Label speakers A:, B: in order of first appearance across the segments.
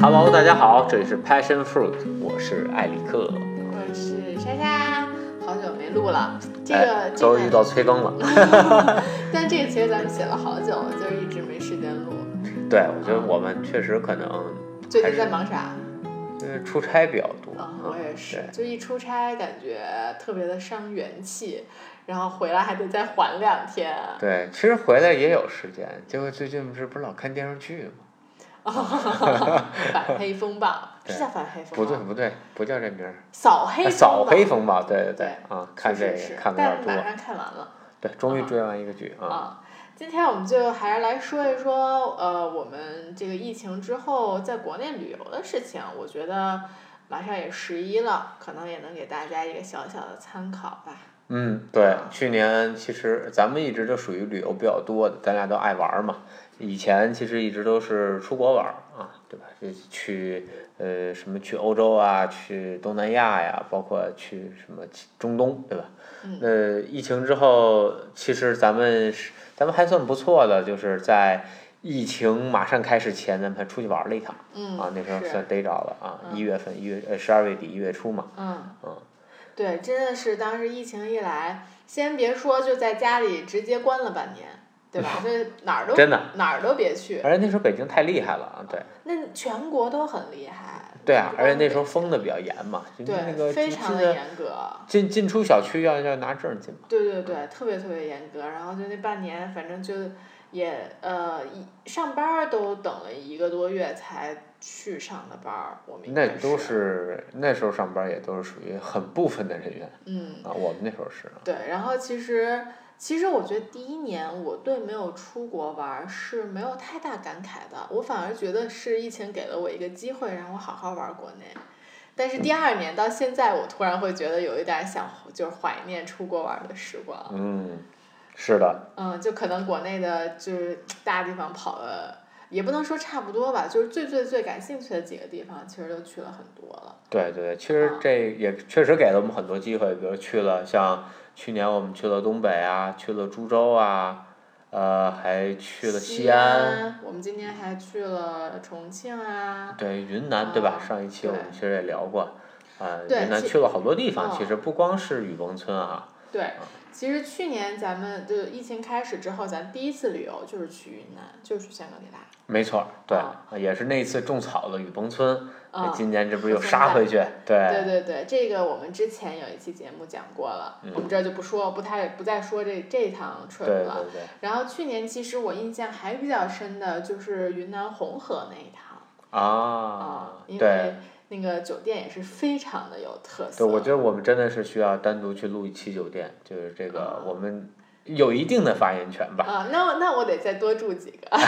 A: Hello，大家好，这里是 Passion Fruit，我是艾里克。
B: 我嗯是莎莎，好久没录了。这
A: 哎
B: 个，这
A: 终于遇
B: 个，
A: 到催更了。
B: 但这个其实咱们写了好久，就是一直没时间录。
A: 对，我觉得我们确实可能
B: 最
A: 还
B: 近
A: 是
B: 在忙啥？
A: 呃出差比较多。
B: 啊，
A: 嗯
B: 我也是
A: 对，
B: 就一出差感觉特别的伤元气，然后回来还得再缓 两天。
A: 嗯对，其实回来也有时间，结果最近不是不是老看电视剧吗？
B: 反黑风暴
A: 对
B: 是叫反黑风
A: 不
B: 暴，
A: 对不对，不叫这名儿，
B: 扫哦黑
A: 哎
B: 风
A: 扫
B: 暴
A: 黑风暴。对对对
B: 对，
A: 啊，看这
B: 是
A: 个
B: 是是
A: 看的有点
B: 但是嗯马
A: 多。
B: 上看完了。
A: 对，终于追完一个剧啊。
B: 啊，今天我们就还是来说一说，呃，我们这个疫情之后在国内旅游的事情。我觉得马上也十一了，可能也能给大家一个小小的参考吧。
A: 嗯，对
B: 啊，
A: 去年其实咱们一直就属于旅游比较多的，咱俩都爱玩儿嘛。以前其实一直都是出国玩儿啊，对吧？这去呃什么去欧洲啊，去东南亚呀，包括去什么其中东，对吧？
B: 嗯
A: 那疫情之后，其实咱们是咱们还算不错的，就是在疫情马上开始前，咱们还出去玩儿了一趟
B: 嗯，
A: 啊。那时候
B: 是
A: 算逮着了啊，
B: 嗯
A: 一月份、一月呃十二月底一月初嘛，
B: 嗯
A: 嗯，
B: 对，真的是当时疫情一来，先别说就在家里直接关了半年，对 吧？这哪儿都
A: 真的。
B: 哪儿都别去，
A: 而且那时候北京太厉害了啊，对。
B: 那全国都很厉害。
A: 对啊，
B: 不
A: 而且
B: 光
A: 那
B: 北
A: 时候封的比较严嘛，就
B: 对、
A: 那个
B: 非
A: 进
B: 常
A: 进
B: 的
A: 的
B: 严格。
A: 进进出小区要要拿证进嘛。
B: 对对对，特别特别严格。然后就那半年，反正就也呃，一上班儿都等了一个多月才去上的班儿。我们应
A: 那
B: 该
A: 都是那时候上班也都是属于很部分的人员
B: 嗯，
A: 啊，我们那时候是啊，
B: 对。然后其实其实我觉得第一年我对没有出国玩儿是没有太大感慨的，我反而觉得是疫情给了我一个机会，让我好好玩儿国内。但是第
A: 嗯
B: 二年到现在，我突然会觉得有一点儿想，就是怀念出国玩儿的时光。
A: 嗯，是的，
B: 嗯，就可能国内的就是大地方跑了，也不能说差不多吧，就是最最最感兴趣的几个地方，其实都去了很多了。
A: 对对对，其实
B: 嗯
A: 这也确实给了我们很多机会，比如去了像去年我们去了东北啊，去了株洲啊，呃，还去了
B: 西
A: 安，
B: 我们今天还去了重庆啊。
A: 对云南对吧？
B: 啊
A: 上一期我们
B: 对
A: 其实也聊过，啊，
B: 对
A: 云南
B: 其
A: 去了好多地方，
B: 嗯
A: 其实不光是雨崩村啊。
B: 对，其实去年咱们就疫情开始之后，咱第一次旅游就是去云南，就是去香格里拉。
A: 没错儿，对，
B: 啊
A: 也是那次种草的雨崩村，
B: 嗯，
A: 今年这不是又
B: 现
A: 杀
B: 在
A: 回去？
B: 对对对，这个我们之前有一期节目讲过了，
A: 嗯
B: 我们这儿就不说，不太不再说这这一趟 trip
A: 对
B: 了。
A: 对对，
B: 然后去年其实我印象还比较深的就是云南红河那一趟
A: 啊，
B: 因
A: 对
B: 为那个酒店也是非常的有特色。
A: 对，我觉得我们真的是需要单独去录一期酒店，就是这个
B: 啊
A: 我们有一定的发言权吧。
B: 啊，那我那我得再多住几个，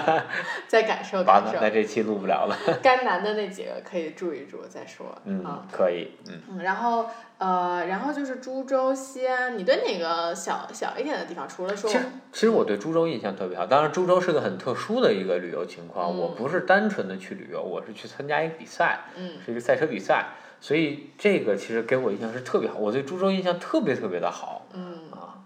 B: 再感受
A: 完
B: 感
A: 了，
B: 受。
A: 那这期录不了了。
B: 甘南的那几个可以住一住再说。啊
A: 嗯，可以，嗯，
B: 嗯，然后呃，然后就是株洲、西安，你对哪个小小一点的地方，除了说
A: 其实其实我对株洲印象特别好。当然，株洲是个很特殊的一个旅游情况，我
B: 嗯
A: 不是单纯的去旅游，我是去参加一个比赛。
B: 嗯
A: 是一个赛车比赛，所以这个其实给我印象是特别好，我对株洲印象特别特别的好
B: 嗯，
A: 啊，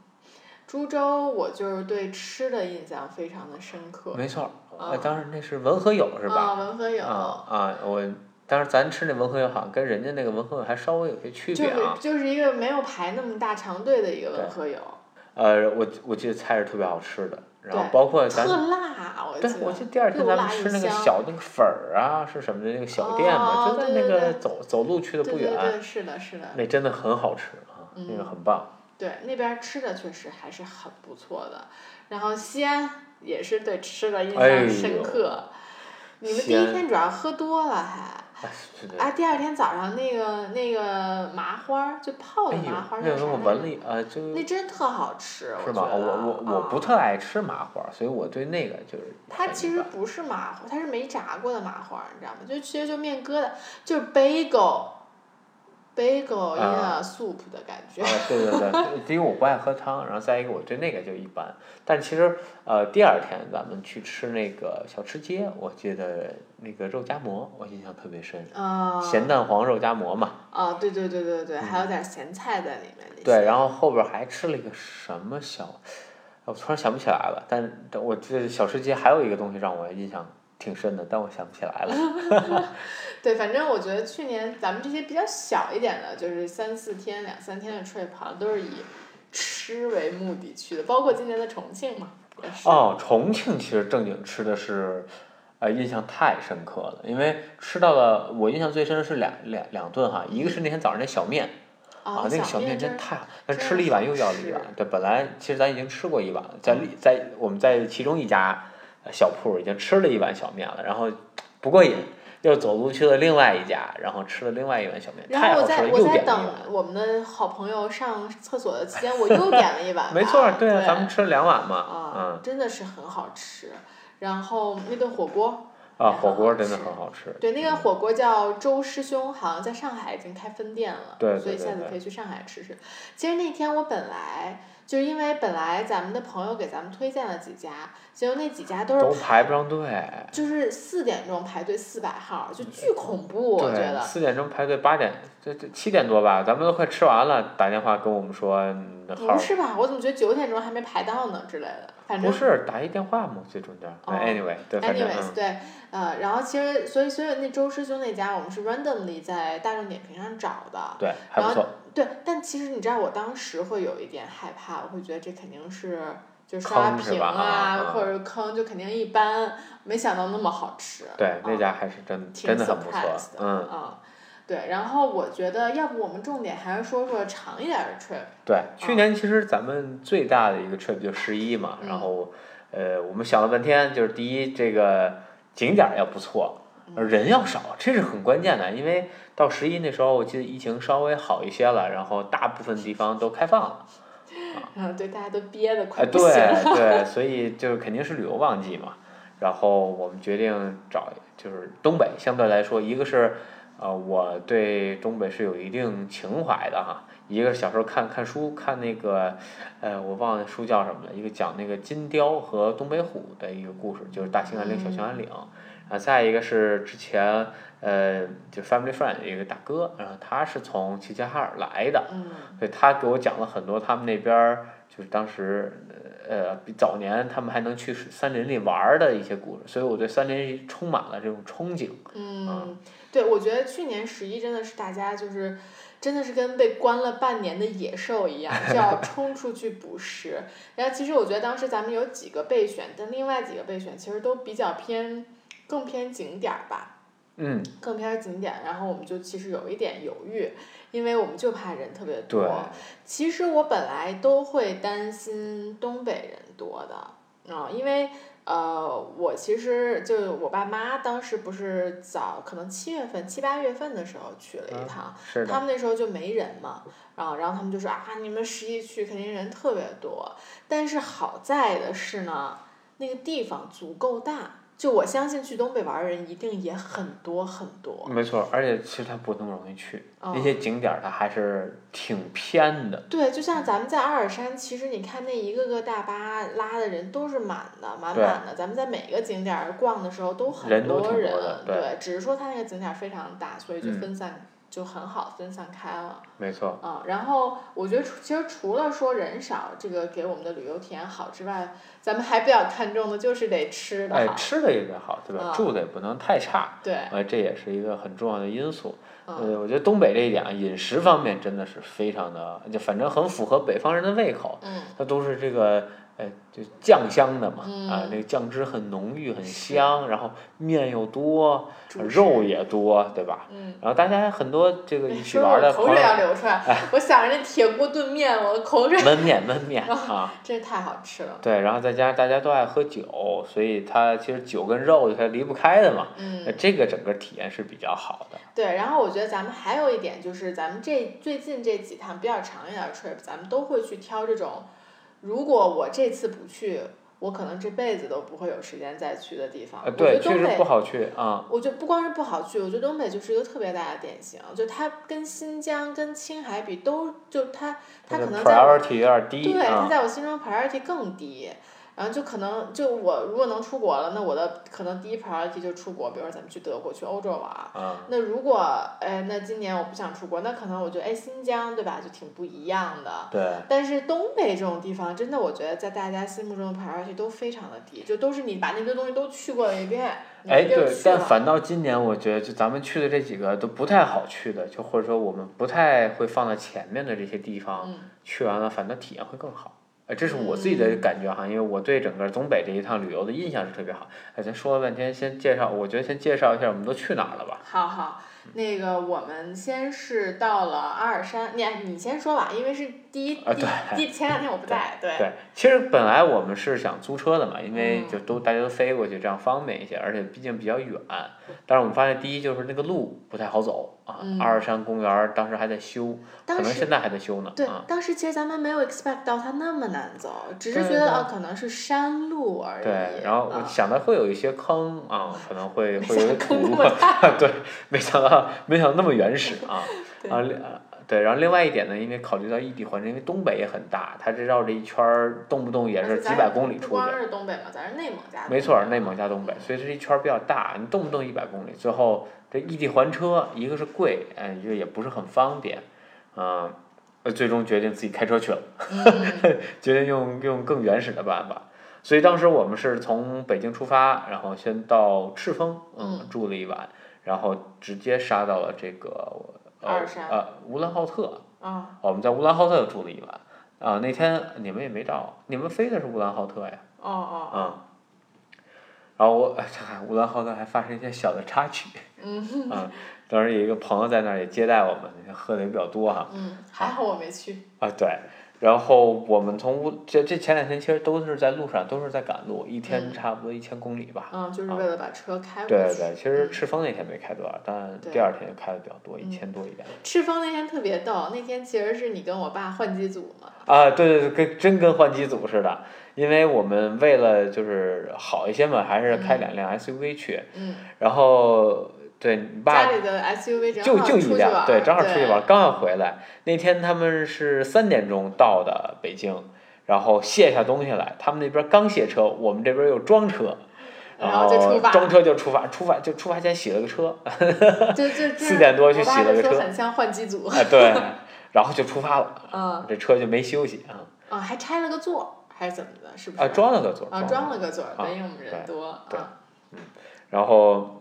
B: 株洲我就是对吃的印象非常的深刻。
A: 没错儿，
B: 啊
A: 呃当然那是文和友是吧？
B: 啊，文和友。
A: 啊啊，我当然咱吃那文和友好像跟人家那个文和友还稍微有些区
B: 就
A: 别
B: 是
A: 啊，
B: 就是一个没有排那么大长队的一个文和友，
A: 呃，我我记得菜是特别好吃的，然后
B: 对
A: 包括咱。
B: 特辣，我
A: 对，我记
B: 记得。
A: 得第二天
B: 又
A: 咱
B: 辣
A: 们
B: 又
A: 吃那个
B: 香
A: 小那个粉儿啊，是什么的那个小店嘛，
B: 哦
A: 就在
B: 对
A: 那
B: 对
A: 个
B: 对
A: 走走路去的
B: 对
A: 不
B: 对
A: 远，
B: 对，是的，是的，
A: 那真的很好吃啊，那个
B: 嗯
A: 很棒。
B: 对那边吃的确实还是很不错的。然后西安也是对吃的印
A: 哎呦
B: 象深刻。你们
A: 西
B: 第一
A: 安
B: 天主要喝多了还，
A: 哎，是的
B: 啊，第二天早上那个那个麻花儿就泡
A: 哎
B: 的
A: 呦
B: 麻花，儿
A: 那
B: 叫
A: 个
B: 啥
A: 我
B: 来
A: 闻
B: 着？
A: 了一啊，就
B: 那真特好吃，
A: 是
B: 觉
A: 吗？哦
B: 得。
A: 我我我不
B: 啊
A: 特爱吃麻花，所以我对那个就是
B: 它
A: 很
B: 其
A: 一
B: 实
A: 般
B: 不是麻花，它是没炸过的麻花，你知道吗？就其实就面疙瘩，就是 bagel，bagel in a
A: 啊
B: soup 的感觉。
A: 啊，对对对，第一我不爱喝汤，然后再一个我对那个就一般。但其实呃，第二天咱们去吃那个小吃街，我记得那个肉夹馍，我印象特别深，
B: 啊
A: 咸蛋黄肉夹馍嘛。
B: 啊，对对对对对，还有点咸菜在里面。那些
A: 嗯对，，然后后边还吃了一个什么小，我突然想不起来了。但但我这小吃街还有一个东西让我印象挺深的，但我想不起来了。
B: 对，反正我觉得去年咱们这些比较小一点的，就是三四天、两三天的 trip，好像都是以吃为目的去的，包括今年的重庆嘛。也是，
A: 哦，重庆其实正经吃的是，呃，印象太深刻了，因为吃到了我印象最深的是两两两顿哈，一个是那天早上那小面啊，那个小面真
B: 哦真
A: 太好，那
B: 真
A: 吃了一碗又要了一碗。对，本来其实咱已经吃过一碗了，在
B: 嗯
A: 另在我们在其中一家呃小铺已经吃了一碗小面了，然后不过瘾，又走路去了另外一家，然后吃了另外一碗小面，
B: 然
A: 太
B: 后
A: 好
B: 我
A: 吃
B: 在
A: 了，
B: 我
A: 又
B: 在
A: 点了
B: 等
A: 一碗。
B: 我们的好朋友上厕所的期间，我又点了一碗吧。
A: 没错，
B: 对
A: 啊，咱们吃了两碗嘛，嗯
B: 啊，真的是很好吃。然后那顿火锅，
A: 啊，
B: 很
A: 火锅
B: 好
A: 真的
B: 吃
A: 很好吃。
B: 对，那个火锅叫周师兄，好像在上海已经开分店了，
A: 对对
B: 所以
A: 对
B: 下次
A: 对
B: 可以去上海吃吃。其实那天我本来就是因为本来咱们的朋友给咱们推荐了几家，结果那几家都
A: 嗯
B: 是
A: 都排不上队。
B: 就是四点钟排队四百号，就巨恐怖，我觉
A: 对，
B: 得。
A: 四点钟排队，八点这这七点多吧，咱们都快吃完了，打电话跟我们说嗯号
B: 不。是吧？我怎么觉得九点钟还没排到呢之类的？反正
A: 不是打一电话嘛，最中间。
B: 哦
A: anyway，对，反正嗯
B: Anyways，对，呃，然后其实所以所以那周师兄那家我们是 randomly 在大众点评上找
A: 嗯，
B: 的，
A: 对，还不错。
B: 对，但其实你知道我当时会有一点害怕，我会觉得这肯定是就刷
A: 坑是
B: 屏
A: 吧啊啊
B: 或者坑，就肯定一般，没想到那么好吃。
A: 对，那
B: 啊
A: 家还是真
B: 挺
A: 真的很不错
B: surprised 的，，
A: 嗯，
B: 啊对，然后我觉得要不我们重点还是说说长一点的 trip，
A: 对。去年其实咱们最大的一个 trip 就十一嘛，
B: 嗯
A: 然后呃，我们想了半天，就是第一这个景点儿要不错，而
B: 嗯
A: 人要少，这是很关键的，因为到十一那时候，我记得疫情稍微好一些了，然后大部分地方都开放了。
B: 嗯， 对，大家都憋得快
A: 哎，
B: 不
A: 对
B: 行
A: 对，
B: 了。
A: 所以就是肯定是旅游旺季嘛。然后我们决定找就是东北，相对来说，一个是呃我对东北是有一定情怀的哈，一个是小时候看看书看那个呃我忘了书叫什么了，一个讲那个金雕和东北虎的一个故事，就是大兴安岭、小兴安岭。
B: 嗯
A: 啊，再一个是之前，呃，就 Family Friend 有一个大哥，然后他是从齐齐哈尔来的，
B: 嗯，
A: 对他给我讲了很多他们那边儿就是当时呃比早年他们还能去山林里玩儿的一些故事，所以我对山林里充满了这种憧憬。
B: 嗯，对，我觉得去年十一真的是大家就是，真的是跟被关了半年的野兽一样，就要冲出去捕食。然后其实我觉得当时咱们有几个备选，但另外几个备选其实都比较偏，更偏景点儿吧，
A: 嗯，
B: 更偏景点儿。然后我们就其实有一点犹豫，因为我们就怕人特别
A: 对
B: 多。其实我本来都会担心东北人多的啊、因为呃，我其实就我爸妈当时不是早可能七月份、七八月份的时候去了
A: 嗯
B: 一趟，
A: 是
B: 他
A: 的，
B: 们那时候就没人嘛，然后然后他们就说啊，你们十一去肯定人特别多，但是好在的是呢，那个地方足够大。就我相信去东北玩儿的人一定也很多很多，
A: 没错，而且其实它不那么容易去，
B: 嗯
A: 那些景点儿它还是挺偏的。
B: 对，就像咱们在阿尔山，其实你看那一个个大巴拉的人都是满的，满
A: 对
B: 满的。咱们在每个景点儿逛的时候都很
A: 人都
B: 多
A: 挺多
B: 人，
A: 的对
B: 只是说它那个景点儿非常大，所以就
A: 嗯
B: 分散、就很好分散开了。
A: 没错，
B: 嗯，然后我觉得除其实除了说人少这个给我们的旅游体验好之外，咱们还比较看重的就是得吃的
A: 哎
B: 好，，
A: 吃的也得好，对吧？
B: 嗯
A: 住的也不能太差，
B: 对，
A: 呃，这也是一个很重要的因素。
B: 嗯，
A: 呃，我觉得东北这一点啊，饮食方面真的是非常的，就反正很符合北方人的胃口。
B: 嗯，
A: 它都是这个呃，就酱香的嘛，
B: 嗯
A: 啊，那个酱汁很浓郁、很
B: 是
A: 香，然后面又多，
B: 主
A: 肉
B: 食，
A: 也多，对吧？
B: 嗯。
A: 然后大家很多这个一起
B: 说得
A: 玩
B: 我
A: 儿 的
B: 口
A: 朋
B: 水要
A: 友，哎
B: 流出来，我想着那铁锅炖面，我的口水
A: 焖面焖
B: 哦
A: 面啊，
B: 真是太好吃了。
A: 对，然后再加上大家都爱喝酒，所以它其实酒跟肉它离不开的嘛，
B: 嗯
A: 呃，这个整个体验是比较好的。
B: 对，然后我觉得咱们还有一点就是，咱们这最近这几趟比较长一点的 trip，咱们都会去挑这种，如果我这次不去，我可能这辈子都不会有时间再去的地方。
A: 呃，对，
B: 我觉
A: 确
B: 得东
A: 实不
B: 北，
A: 好去啊，
B: 我觉得不光是不好去，我觉得东北就是一个特别大的典型，就它跟新疆、跟青海比都，就它
A: 它
B: 它
A: 的
B: 可能在我
A: priority 有点低
B: 对，它
A: 啊，
B: 在我心中 priority 更低。然后就可能就我如果能出国了，那我的可能第一 priority 就出国，比如说咱们去德国、去欧洲玩。
A: 啊，
B: 那如果哎，那今年我不想出国，那可能我觉得哎，新疆对吧，就挺不一样的。
A: 对，
B: 但是东北这种地方，真的我觉得在大家心目中的 priority 都非常的低，就都是你把那堆东西都去过了一遍，你
A: 哎
B: 一定
A: 对，
B: 去啊
A: 但
B: 了。
A: 反倒今年我觉得就咱们去的这几个都不太好去的，就或者说我们不太会放在前面的这些地方，
B: 嗯
A: 去完了反倒体验会更好。呃，这是我自己的
B: 嗯
A: 感觉哈，因为我对整个东北这一趟旅游的印象是特别好。哎，咱说了半天，先介绍，我觉得先介绍一下我们都去哪儿了吧？
B: 好好，那个我们先是到了阿尔山，你哎你先说吧，因为是第一
A: 啊
B: 第第前两天我不在，对，
A: 对，其实本来我们是想租车的嘛，因为
B: 嗯
A: 就都大家都飞过去，这样方便一些，而且毕竟比较远。但是我们发现，第一就是那个路不太好走啊，
B: 嗯
A: 阿尔山公园儿当时还在修，可
B: 当
A: 能
B: 时
A: 现在还在修呢。
B: 对
A: 啊，
B: 当时其实咱们没有 expect 到它那么难走，只是
A: 对
B: 觉得
A: 对
B: 哦可能是山路而已。
A: 对，然后我
B: 哎 啊
A: 想到会有一些坑啊，可能会
B: 没
A: 会有
B: 想
A: 点
B: 到
A: 土啊
B: 那么，
A: 对，没想到没想到那么原始 啊
B: 对
A: 啊另啊对，然后另外一点呢，因为考虑到异地环境，因为东北也很大，它这绕这一圈儿，动不动也
B: 而
A: 是
B: 且
A: 几
B: 咱
A: 百
B: 也
A: 公里
B: 不
A: 出去
B: 光。是东北嘛，咱是内蒙加东北。
A: 没错儿，内蒙加东北，所以这一圈儿比较大，你动不动一百公里，最后这异地还车，一个是贵，嗯、一个也不是很方便，嗯、呃，最终决定自己开车去了，
B: 嗯，
A: 决定用用更原始的办法。所以当时我们是从北京出发，然后先到赤峰，嗯，
B: 嗯
A: 住了一晚，然后直接杀到了这个呃
B: 阿尔山
A: 呃乌兰浩特，
B: 啊，
A: 我们在乌兰浩特住了一晚，啊、那天你们也没到，你们飞的是乌兰浩特呀？
B: 哦哦，
A: 啊、然后我 乌兰浩特还发生一些小的插曲，
B: 嗯
A: 啊、当时有一个朋友在那儿也接待我们，喝的也比较多哈，
B: 嗯，还好我没去。
A: 啊对，然后我们从乌这这前两天其实都是在路上，都是在赶路，一天
B: 嗯
A: 差不多一千公里吧。
B: 嗯，就是为了把车开过去。
A: 对对对，其实
B: 嗯
A: 赤峰那天没开多少，但
B: 对
A: 第二天开的比较多，一
B: 嗯
A: 千多一点。
B: 赤峰那天特别逗，那天其实是你跟我爸换机组嘛。
A: 啊，对对对，跟真跟换机组似的，因为我们为了就是好一些嘛，还是开
B: 嗯
A: 两辆 SUV 去，
B: 嗯，
A: 然后对你爸
B: 家里的 SUV 正
A: 就
B: 好
A: 就
B: 出
A: 一
B: 去
A: 辆，
B: 玩
A: 对，
B: 儿
A: 正好出去玩儿，。刚要回来。那天他们是三点钟到的北京，然后卸下东西来，他们那边刚卸车，我们这边又装车，
B: 然
A: 后
B: 后就出发
A: 装车就出发，出发就出发前洗了个车，
B: 就就这
A: 四点多去洗了个
B: 我爸就
A: 车
B: 说很像换机组。
A: 啊对，然后就出发了，
B: 嗯
A: 这车就没休息啊
B: 嗯，还拆了个座儿还是怎么的？是不是？
A: 啊装了个座，
B: 啊，
A: 装
B: 装
A: 了
B: 了个座儿，
A: 啊
B: 对，因为我们人
A: 对
B: 多。
A: 对
B: 啊
A: 然后。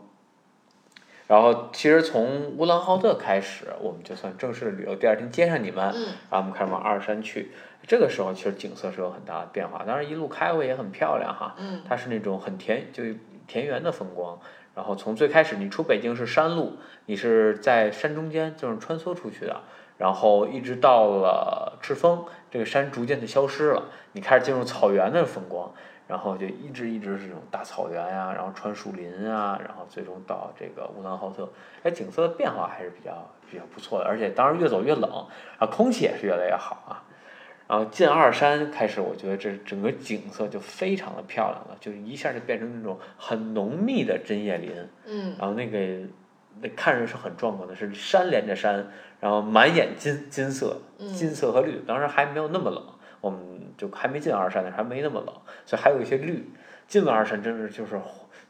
A: 然后，其实从乌兰浩特开始，我们就算正式的旅游。第二天接上你们，
B: 嗯
A: 然后我们开始往阿尔山去。这个时候其实景色是有很大的变化，当然一路开过也很漂亮哈，
B: 嗯
A: 它是那种很田就田园的风光。然后从最开始你出北京是山路，你是在山中间就是穿梭出去的，然后一直到了赤峰，这个山逐渐的消失了，你开始进入草原的风光，然后就一直一直是这种大草原呀、然后穿树林啊，然后最终到这个乌兰浩特，哎，景色的变化还是比较比较不错的，而且当然越走越冷，啊，空气也是越来越好啊。然后进阿尔山开始，我觉得这整个景色就非常的漂亮了，就是一下就变成那种很浓密的针叶林，
B: 嗯，
A: 然后那个那看着是很壮观的，是山连着山，然后满眼金金色，
B: 嗯
A: 金色和绿，当时还没有那么冷，我们就还没进阿尔山呢，还没那么冷，所以还有一些绿。进了阿尔山，真是就是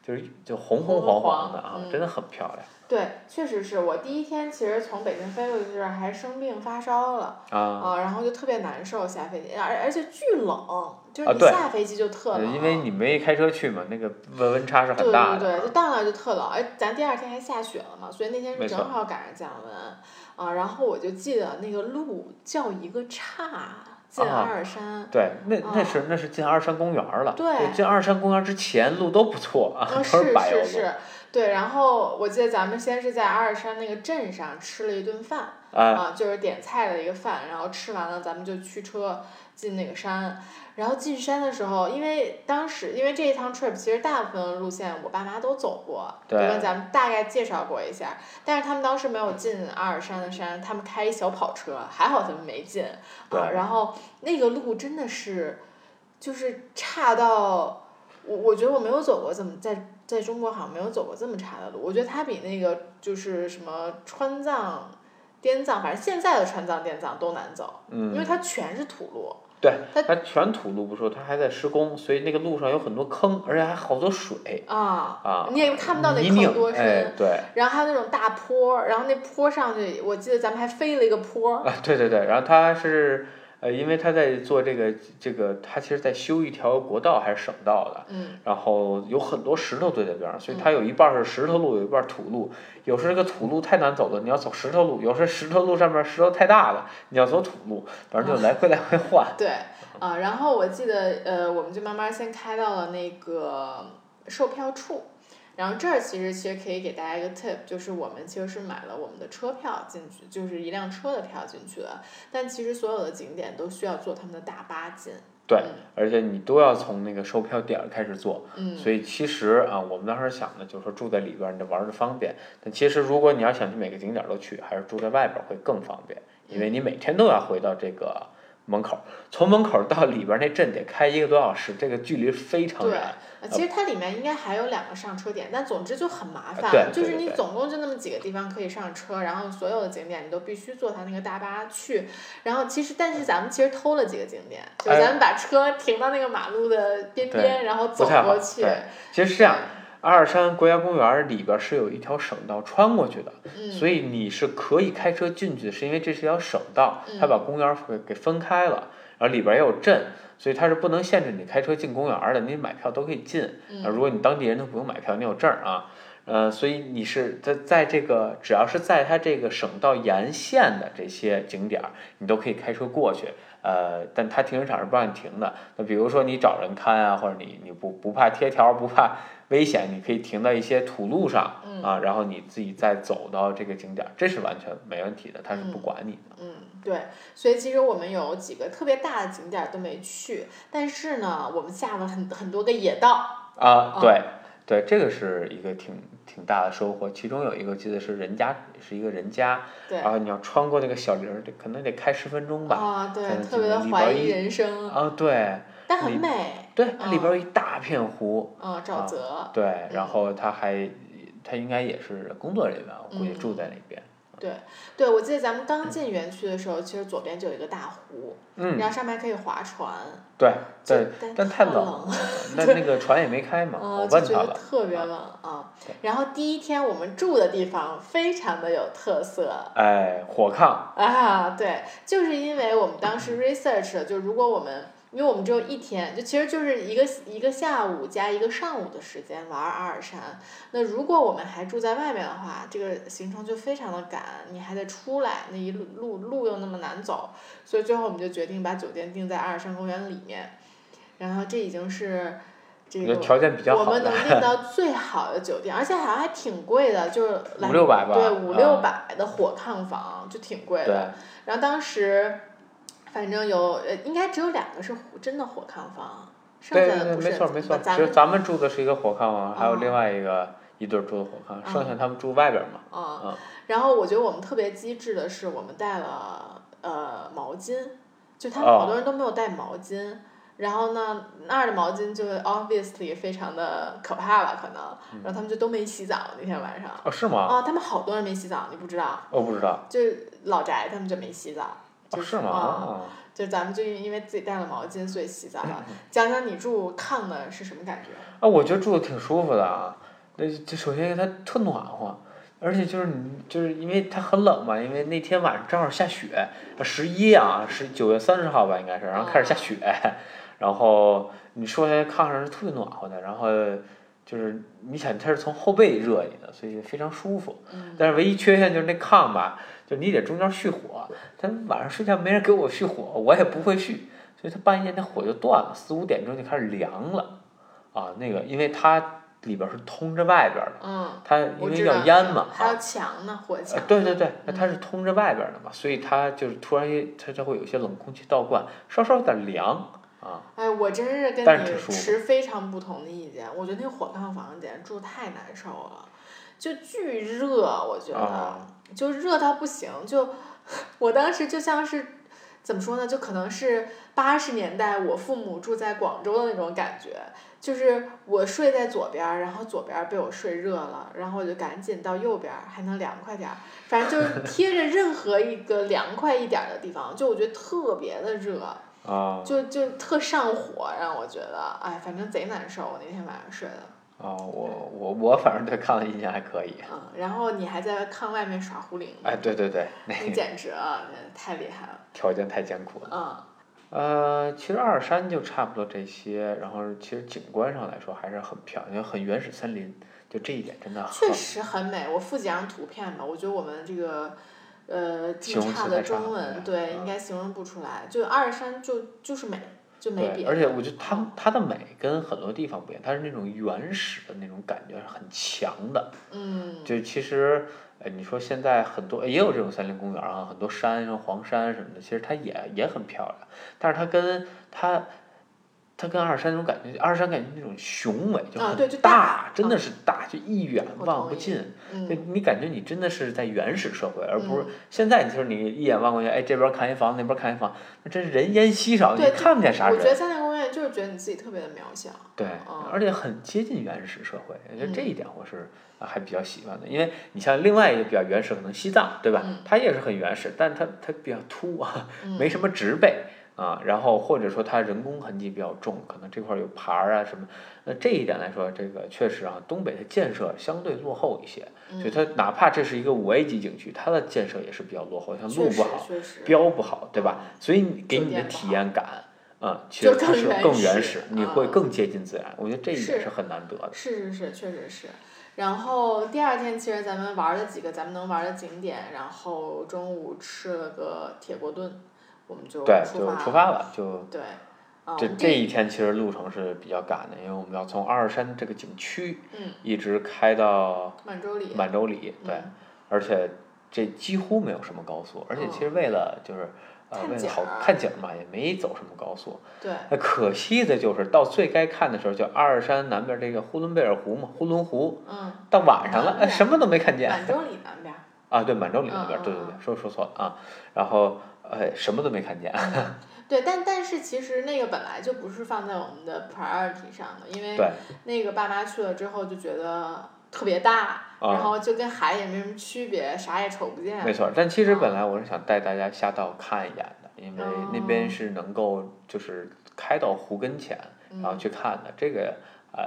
A: 就是就红红黄黄的啊
B: 红，黄嗯
A: 真的很漂亮
B: 对，确实是我第一天其实从北京飞过去的时候还生病发烧了
A: 啊。
B: 啊，然后就特别难受下飞机，而而且巨冷，就是
A: 啊
B: 你
A: 对
B: 下飞机就特
A: 呃
B: 冷。
A: 因为你没开车去嘛，那个温温差是很
B: 对
A: 大
B: 对
A: 的。
B: 对，就到那儿就特冷，哎，咱第二天还下雪了嘛，所以那天
A: 没
B: 是
A: 错
B: 正好赶上降温啊。然后我就记得那个路叫一个岔 进
A: 啊
B: 阿尔山，
A: 对，那那
B: 哦
A: 是那是进阿尔山公园儿了。
B: 对
A: 进阿尔山公园之前路都不错啊，
B: 嗯，
A: 都
B: 是
A: 柏油
B: 是
A: 路
B: 是，对。然后我记得咱们先是在阿尔山那个镇上吃了一顿饭，
A: 啊。
B: 啊，就是点菜的一个饭，然后吃完了咱们就驱车进那个山。然后进山的时候，因为当时因为这一趟 trip 其实大部分路线我爸妈都走过，就
A: 对
B: 跟咱们大概介绍过一下，但是他们当时没有进阿尔山的山，他们开一小跑车，还好他们没进啊。
A: 对
B: 然后那个路真的是，就是差到我我觉得我没有走过这么在在中国好像没有走过这么差的路，我觉得它比那个就是什么川藏滇藏，反正现在的川藏、滇藏都难走，因为
A: 嗯，
B: 它全是土路。
A: 对，
B: 它
A: 它全土路不说，它还在施工，所以那个路上有很多坑，而且还好多水
B: 啊，
A: 啊，
B: 你也看不到那
A: 泥泞
B: 坑多深。
A: 哎，对，
B: 然后还有那种大坡，然后那坡上去，我记得咱们还飞了一个坡。
A: 啊，对对对，然后他是呃，因为他在做这个这个，他其实在修一条国道还是省道的，
B: 嗯，
A: 然后有很多石头堆在边上，所以它有一半儿是石头路，有一半儿土路。有时这个土路太难走了，你要走石头路；有时石头路上面石头太大了，你要走土路。反正就来回来回换。
B: 对啊，然后我记得呃，我们就慢慢先开到了那个售票处。然后这儿其实其实可以给大家一个 tip，就是我们其实是买了我们的车票进去，就是一辆车的票进去的。但其实所有的景点都需要坐他们的大巴进。
A: 对，而且你都要从那个售票点儿开始做。
B: 嗯，
A: 所以其实啊，我们当时想的就是说住在里边儿，你玩的方便。但其实如果你要想去每个景点儿都去，还是住在外边儿会更方便，因为你每天都要回到这个门口儿，从门口儿到里边儿那镇得开一个多小时，这个距离非常
B: 对
A: 远。
B: 呃其实它里面应该还有两个上车点，但总之就很麻
A: 对呃对
B: 烦。就是
A: 对
B: 你
A: 对
B: 总共就那么几个地方可以上车，然后所有的景点你都必须坐他那个大巴去。然后其实，但是咱们其实偷了几个景点，就
A: 哎
B: 咱们把车停到那个马路的边
A: 对
B: 边，然后走
A: 不太
B: 过
A: 好
B: 去。
A: 对其实是这样，阿尔山国家公园儿里边儿是有一条省道穿过去的，
B: 嗯，
A: 所以你是可以开车进去的，是因为这是一条省道，它
B: 嗯
A: 把公园儿给给分开了，然后里边儿也有镇，所以它是不能限制你开车进公园儿的，你买票都可以进。啊，
B: 嗯
A: 如果你当地人就不用买票，你有证儿啊。呃，所以你是在在这个只要是在它这个省道沿线的这些景点儿，你都可以开车过去。呃，但它停车场是不让你停的。那比如说你找人看啊，或者你你不不怕贴条儿，不怕危险，你可以停到一些土路上
B: 嗯
A: 啊，然后你自己再走到这个景点儿，这是完全没问题的，它是不
B: 嗯
A: 管你的。
B: 嗯，对，所以其实我们有几个特别大的景点都没去，但是呢，我们下了很很多个野道。
A: 啊
B: 哦，
A: 对对，这个是一个挺挺大的收获。其中有一个记得是人家是一个人家，
B: 对
A: 然后啊你要穿过那个小林儿，得可能得开十分钟吧。
B: 啊，对
A: 才能，
B: 特
A: 进
B: 别
A: 入
B: 的
A: 地
B: 怀
A: 堡
B: 疑
A: 一
B: 人生，
A: 啊，对
B: 但很
A: 里
B: 美。
A: 对，它里边有一大片湖，
B: 嗯，沼
A: 啊
B: 泽。
A: 对，然后他还他应该也是工作人员，我估计
B: 嗯
A: 住在那边。
B: 对，我记得咱们刚进园区的时候，其实左边就有一个大湖，
A: 嗯，
B: 然后上面可以划船。
A: 对
B: 就
A: 对，但太
B: 冷
A: 冷
B: 了，
A: 那那个船也没开嘛，
B: 嗯，
A: 我
B: 就
A: 问
B: 觉
A: 他
B: 得
A: 了。嗯
B: 特别冷啊。然后第一天我们住的地方非常的有特色
A: 哎，火炕，
B: 啊，对，就是因为我们当时 research 了就如果我们。因为我们只有一天，就其实就是一个一个下午加一个上午的时间玩阿尔山。那如果我们还住在外面的话，这个行程就非常的赶，你还得出来，那一路路路又那么难走，所以最后我们就决定把酒店定在阿尔山公园里面。然后这已经是这
A: 我觉
B: 个
A: 得条件比较
B: 我
A: 好
B: 们
A: 的，
B: 能订到最好的酒店，而且好像还挺贵 的，就是来
A: 五六百吧
B: 对，五
A: 啊
B: 六百的火炕房就挺贵的。
A: 对，
B: 然后当时反正有呃，应该只有两个是火真的火炕房，剩
A: 对
B: 下
A: 对对，
B: 的不
A: 没
B: 是。
A: 错没错。其
B: 咱
A: 实
B: 们
A: 咱们住的是一个火炕啊，还有
B: 哦
A: 另外一个一对儿住的火炕，剩
B: 嗯
A: 下他们住外边嘛。
B: 啊、
A: 嗯
B: 然后我觉得我们特别机智的是，我们带了呃毛巾，就他们
A: 哦
B: 好多人都没有带毛巾。然后呢，那儿的毛巾就 obviously 非常的可怕了，可能，然后他们就都没洗澡那天晚上。
A: 哦，是吗？
B: 啊，他们好多人没洗澡，你不知道，
A: 我不知道。
B: 就是老宅他们就没洗澡，
A: 哦，
B: 就是
A: 吗？
B: 啊，
A: 哦
B: 就咱们就因为自己带了毛巾，所以洗 澡了。讲讲你住炕的是什么感觉？
A: 啊，我觉得住的挺舒服的啊。那这首先它特暖和，而且就是你就是因为它很冷嘛，因为那天晚上正好下雪，十一啊，十九月三十号吧应该是，然后开始下雪， 然后你说那炕上是特别暖和的，然后就是你想它是从后背热你的，所以非常舒服。
B: 嗯，
A: 但是唯一缺陷就是那炕吧，就你得中间续火，他晚上睡觉没人给我续火，我也不会续，所以他半夜那火就断了，四五点钟就开始凉了，啊，那个因为它里边是通着外边的，
B: 嗯，
A: 它因
B: 我
A: 为
B: 知
A: 要
B: 道。
A: 烟嘛，
B: 还
A: 啊
B: 有墙呢，火
A: 呃
B: 墙。嗯
A: 对对对，那它是通着外边的嘛，所以它就是突然一它它会有一些冷空气倒灌，稍稍有点凉啊，
B: 哎，我真是跟
A: 但是
B: 你
A: 挺舒服
B: 持非常不同的意见。我觉得那火炕房简直住太难受了，就巨热，我觉得、
A: 啊
B: 就热到不行。就我当时就像是怎么说呢，就可能是八十年代我父母住在广州的那种感觉，就是我睡在左边儿，然后左边儿被我睡热了，然后我就赶紧到右边儿，还能凉快点儿。反正就是贴着任何一个凉快一点儿的地方，就我觉得特别的热。
A: 啊、啊
B: 就就特上火，让我觉得，哎，反正贼难受。我那天晚上睡的，
A: 啊！我我我反正对抗的印象还可以。
B: 嗯，然后你还在炕外面耍胡铃，
A: 哎，对对对，那
B: 你 简直了，太厉害了。
A: 条件太艰苦了。
B: 嗯，
A: 呃，其实阿尔山就差不多这些，然后其实景观上来说还是很漂亮，很原始森林，就这一点真的很
B: 确实很美。我附几张图片吧，我觉得我们这个。呃，
A: 形
B: 这么
A: 容
B: 差
A: 词
B: 的
A: 太差
B: 中
A: 了
B: 文，
A: 嗯
B: 对，
A: 嗯
B: 应该形容不出来。就阿尔山就就是美，就没
A: 对，
B: 别
A: 而
B: 的。
A: 且我觉得它它的美跟很多地方不一样，它是那种原始的那种感觉是很强的。
B: 嗯，
A: 就其实，呃，你说现在很多也有这种森林公园啊，很多山像黄山什么的，其实它也也很漂亮，但是它跟它。它跟二山那种感觉，二山感觉那种雄伟，就
B: 啊
A: 很
B: 对就
A: 大，
B: 大
A: 真
B: 嗯
A: 的是大，就一眼
B: 我
A: 望
B: 同
A: 不
B: 意
A: 尽。就
B: 嗯，
A: 你感觉你真的是在原始社会，而不是
B: 嗯
A: 现在，你就是你一眼望过去，哎，这边看一房，那边看一房，那真是人烟稀少，你
B: 对
A: 看不见啥
B: 我觉得
A: 人。
B: 三峡公园就是觉得你自己特别的渺小。
A: 对
B: 嗯，
A: 而且很接近原始社会，我觉得这
B: 嗯
A: 一点我是啊还比较喜欢的，因为你像另外一个比较原始，可能西藏，对吧
B: 嗯？
A: 它也是很原始，但它它比较秃啊，
B: 嗯，
A: 没什么植被啊，然后或者说它人工痕迹比较重，可能这块儿有耙儿啊什么。那这一点来说，这个确实啊，东北的建设相对落后一些。
B: 嗯，
A: 就它哪怕这是一个五 A 级景区，它的建设也是比较落后，像路
B: 确
A: 不
B: 实
A: 好、
B: 确实，
A: 标不好，对吧？所以你给
B: 酒
A: 你的
B: 店不
A: 体
B: 好
A: 验感，嗯，其
B: 嗯
A: 实
B: 就
A: 它
B: 更
A: 是
B: 原
A: 更原
B: 始
A: 始，你会
B: 嗯
A: 更接近自然。我觉得这一点
B: 是
A: 是很难得的。
B: 是是是，确实是。然后第二天，其实咱们玩了几个咱们能玩的景点，然后中午吃了个铁锅炖，我们就
A: 对，
B: 出
A: 就
B: 发
A: 出
B: 了。
A: 发了，就
B: 对，啊，我
A: 这
B: 们
A: 这一天其实路程是比较赶的，因为我们要从阿尔山这个景区
B: 嗯，
A: 一直开到
B: 满洲里，
A: 满洲里，对，
B: 嗯
A: 而且这几乎没有什么高速，而且其实为了就是。呃，
B: 看
A: 为了
B: 哦景
A: 好
B: 儿
A: 看景儿嘛，也没走什么高速，
B: 嗯对，
A: 那可惜的就是到最该看的时候，就阿尔山南边这个呼伦贝尔湖嘛，呼伦湖，
B: 嗯，
A: 到晚上了，
B: 南
A: 哎，
B: 边
A: 什么都没看见
B: 满洲 里南边儿，
A: 啊。对，满洲里那边，
B: 嗯
A: 对对
B: 嗯
A: 对，说说错了啊。然后哎，什么都没看见，
B: 对，但但是其实那个本来就不是放在我们的 priority 上的，因为
A: 对
B: 那个爸妈去了之后就觉得特别大，然
A: 啊，
B: 后就跟海也没什么区别，啥也瞅不见。
A: 没错。但其
B: 嗯
A: 实本来我是想带大家下道看一眼的，因为那边
B: 哦
A: 是能够就是开到湖跟前，
B: 嗯
A: 然后去看的。这个呃，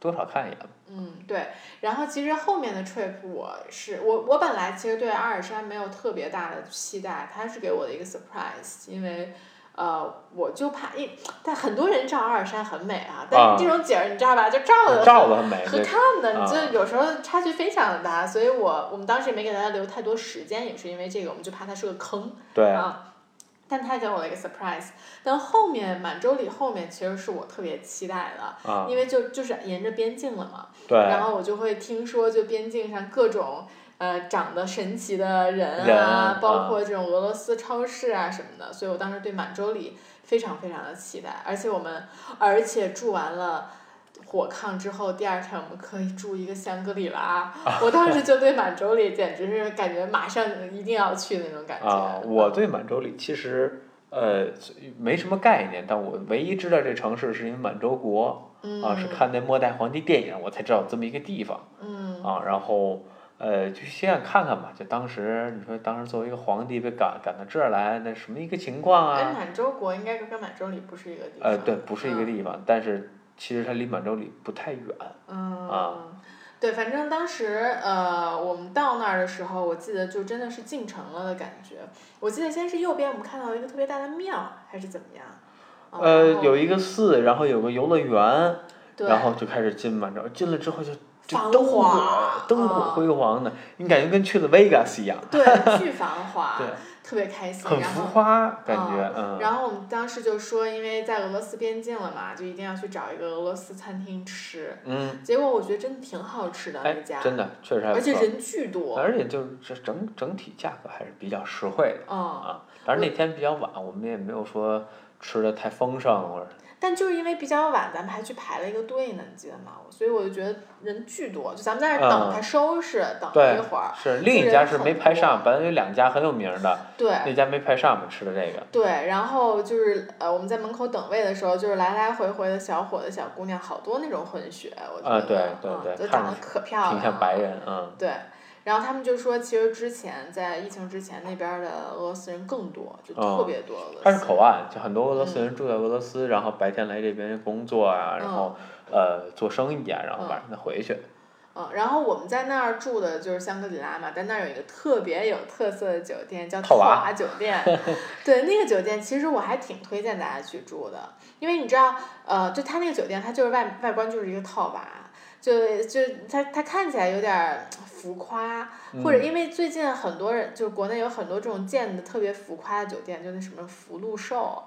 A: 多少看一眼吧。
B: 嗯，对。然后其实后面的 trip 我是我我本来其实对阿尔山没有特别大的期待，它是给我的一个 surprise，因为呃我就怕，因但很多人照阿尔山很美啊，但
A: 啊
B: 是这种景儿你知道吧，就照的
A: 照的很 美，
B: 和
A: 对
B: 看的，你
A: 啊
B: 就有时候差距非常的大，所以我我们当时也没给大家留太多时间，也是因为这个，我们就怕它是个坑
A: 对
B: 啊。但它给我了一个 surprise，但后面满洲里后面其实是我特别期待的，
A: 啊，
B: 因为就就是沿着边境了嘛，
A: 对啊
B: 然。后我就会听说就边境上各种呃长得神奇的人啊，
A: 人
B: 包
A: 啊
B: 括这种俄罗斯超市啊什么的，所以我当时对满洲里非常非常的期待，而且我们而且住完了。火炕之后，第二天我们可以住一个香格 里拉。我当时就对满洲里简直是感觉马上一定要去那种感觉。
A: 啊，我对满洲里其实呃没什么概念，但我唯一知道这城市是因为满洲国
B: 嗯
A: 啊，是看那末代皇帝电影我才知道有这么一个地方
B: 嗯
A: 啊，然后。呃，就先想看看吧。就当时你说，当时作为一个皇帝被赶赶到这儿来，那什么一个情况
B: 哎，
A: 啊？
B: 满洲国应该跟满洲里不是一个地方。
A: 呃，对，不是一个地方，但是其实它离满洲里不太远。啊
B: 嗯，对，反正当时呃，我们到那儿的时候，我记得就真的是进城了的感觉。我记得先是右边我们看到一个特别大的庙，还是怎么样？啊
A: 呃
B: 然，后
A: 有一个寺，然后有个游乐园，
B: 对
A: 然后就开始进满洲，进了之后就就
B: 繁
A: 灯
B: 华
A: 火灯火
B: 啊
A: 辉煌的，你感觉跟去了 Vegas 一样，
B: 对，巨繁华，
A: 对，
B: 特别开心。
A: 很
B: 啊然
A: 浮
B: 后
A: 夸感觉，嗯，
B: 然后我们当时就说，因为在俄罗斯边境了嘛，就一定要去找一个俄罗斯餐厅吃。
A: 嗯，
B: 结果我觉得真的挺好吃的
A: 哎
B: 那家，，
A: 真的确实还不
B: 而且
A: 错，
B: 人巨多。
A: 而且就是这整整体价格还是比较实惠的
B: 嗯，
A: 啊，当然那天比较晚，我们也没有说吃的太丰盛或者，
B: 但就是因为比较晚，咱们还去排了一个队呢，你记得吗？所以我就觉得人巨多，就咱们在那儿等
A: 嗯
B: 它收拾，等
A: 对
B: 一会儿，
A: 是另一
B: 人
A: 家是
B: 啊很
A: 没排
B: 多哎
A: 上，本来有两家很有名的，
B: 对
A: 那家没排上，我们吃的这个，
B: 对，然后就是呃，我们在门口等位的时候，就是来来回回的小伙子、小姑娘，好多那种混血，我觉得，
A: 啊对对
B: 嗯
A: 对
B: 就
A: 看
B: 长得
A: 着
B: 可漂亮
A: 挺
B: 了，
A: 像白人，嗯，
B: 对，然后他们就说，其实之前在疫情之前，那边儿的俄罗斯人更多，就特
A: 哦
B: 别多俄罗斯人。
A: 它是口岸，就很多俄罗斯
B: 嗯
A: 人住在俄罗斯，然后白天来这边工作啊，然后呃做生意啊，然后晚上再回去。
B: 嗯，然后我们在那儿住的就是香格里拉嘛，但那儿有一个特别有特色的酒店叫
A: 套
B: 套
A: 娃
B: 娃酒店， 对那个酒店其实我还挺推荐大家去住的，因为你知道，呃，就它那个酒店它就是外外观就是一个套娃，就就它它看起来有点儿浮夸，
A: 嗯
B: 或者因为最近很多人就是国内有很多这种建的特别浮夸的酒店，就那什么福禄寿，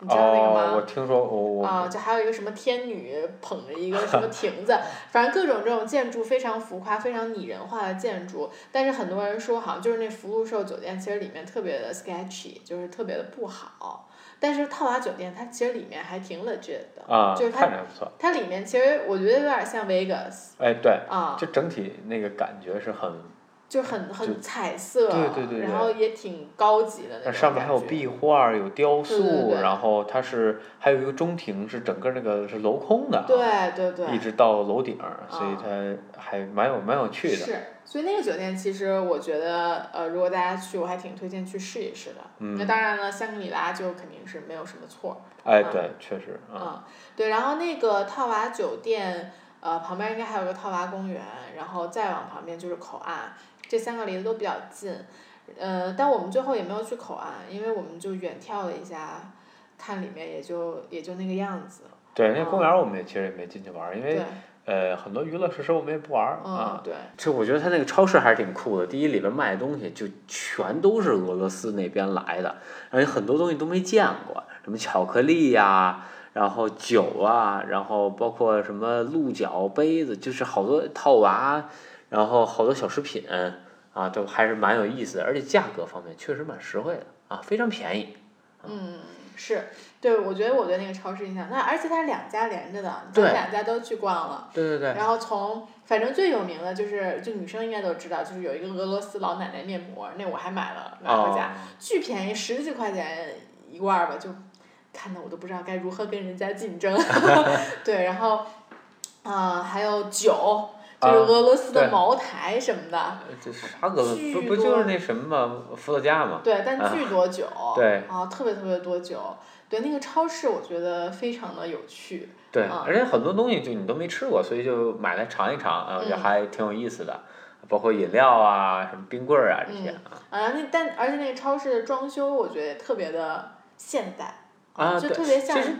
B: 你知道那个吗？
A: 哦，我听说我我、
B: 啊，就还有一个什么天女捧着一个什么 亭子，反正各种这种建筑非常浮夸、非常拟人化的建筑。但是很多人说，好像就是那福禄寿酒店其实里面特别的 sketchy，就是特别的不好。但是套娃酒店它其实里面还挺 legit 的，
A: 啊
B: 就是它
A: 看着还不错，
B: 它里面其实我觉得有点像 Vegas
A: 哎对，
B: 啊，
A: 就整体那个感觉是很，
B: 就很很彩色，
A: 对对对对
B: 然后也挺高级的那种
A: 上面还有
B: 感觉
A: 壁画，有雕塑，
B: 对对对
A: 然后它是还有一个中庭是整个那个是镂空的，啊
B: 对对对，
A: 一直到楼顶儿，
B: 啊
A: 所以它还蛮有蛮有趣的。
B: 是，所以那个酒店其实我觉得，呃，如果大家去，我还挺推荐去试一试的。那
A: 嗯，
B: 当然了，香格里拉就肯定是没有什么错。
A: 哎
B: 啊
A: 对，确实啊，
B: 嗯，对，然后那个套娃酒店，呃，旁边应该还有个套娃公园，然后再往旁边就是口岸，这三个离得都比较近。呃，但我们最后也没有去口岸，因为我们就远眺了一下，看里面也就也就那个样子。
A: 对，那公园儿我们也其实也没进去玩儿，因为
B: 啊对，
A: 呃很多娱乐设施我们也不玩儿
B: 嗯
A: 啊，。
B: 对，
C: 这我觉得他那个超市还是挺酷的。第一，里边卖的东西就全都是俄罗斯那边来的，而且很多东西都没见过，什么巧克力呀、然后酒啊，然后包括什么鹿角、杯子，就是好多套娃，然后好多小食品啊，都还是蛮有意思的。而且价格方面确实蛮实惠的啊，非常便宜。
B: 嗯，是对，我觉得我对那个超市印象，那而且它是两家连着的，咱
C: 对
B: 们两家都去逛了。
C: 对对对，
B: 然后从反正最有名的就是，就女生应该都知道，就是有一个俄罗斯老奶奶面膜，那我还买了买回
A: 哦
B: 家，巨便宜，十几块钱一罐儿吧，就看的我都不知道该如何跟人家 竞争。对，然后啊、呃还有酒，就
A: 啊
B: 是俄罗斯的
A: 对
B: 茅台什么的，
A: 哦，这啥格子
B: 巨
A: 不不
B: 多
A: 就是那什么吗？伏特加嘛。
B: 对，但巨多酒，
A: 啊对
B: 啊，特别特别多酒。对，那个超市我觉得非常的有趣，
A: 对，
B: 嗯
A: 而且很多东西就你都没吃过，所以就买来尝一尝啊，我觉得
B: 嗯
A: 还挺有意思的，包括饮料啊、什么冰棍儿啊这些啊。
B: 啊，那但而且那个超市的装修我觉得也特别的现代，
A: 啊，
B: 就
A: 对，
B: 特别像
A: 其实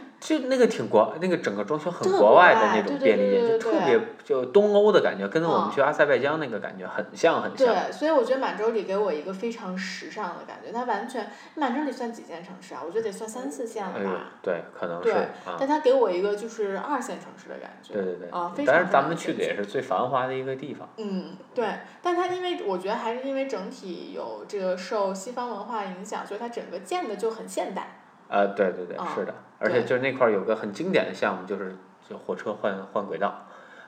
A: 就那个挺国，那个整个装修很国
B: 特嗯国
A: 外的
B: 外
A: 那
B: 对
A: 种
B: 对
A: 便利
B: 对
A: 店，
B: 对
A: 就特别就东欧的感觉，跟我
B: 嗯
A: 们去阿塞拜疆那个感觉很像很像。
B: 对，所以我觉得满洲里给我一个非常时尚的感觉，它完全满洲里算几线城市啊？我觉得得算三四线
A: 哎
B: 了
A: 呦
B: 吧，，
A: 对，可能
B: 对
A: 是啊，
B: 但它给我一个就是二线城市的感觉。
A: 对对对。
B: 啊，非常
A: 但是
B: 非
A: 咱
B: 常
A: 们
B: 接
A: 去的
B: 近
A: 也是最繁华的一个地方。
B: 嗯，对，但它因为我觉得还是因为整体有这个受西方文化影响，所以它整个建的就很现代。
A: 啊，对对对，
B: 啊
A: 是的，而
B: 对
A: 且就是那块儿有个很经典的项目，就是就火车换换轨道，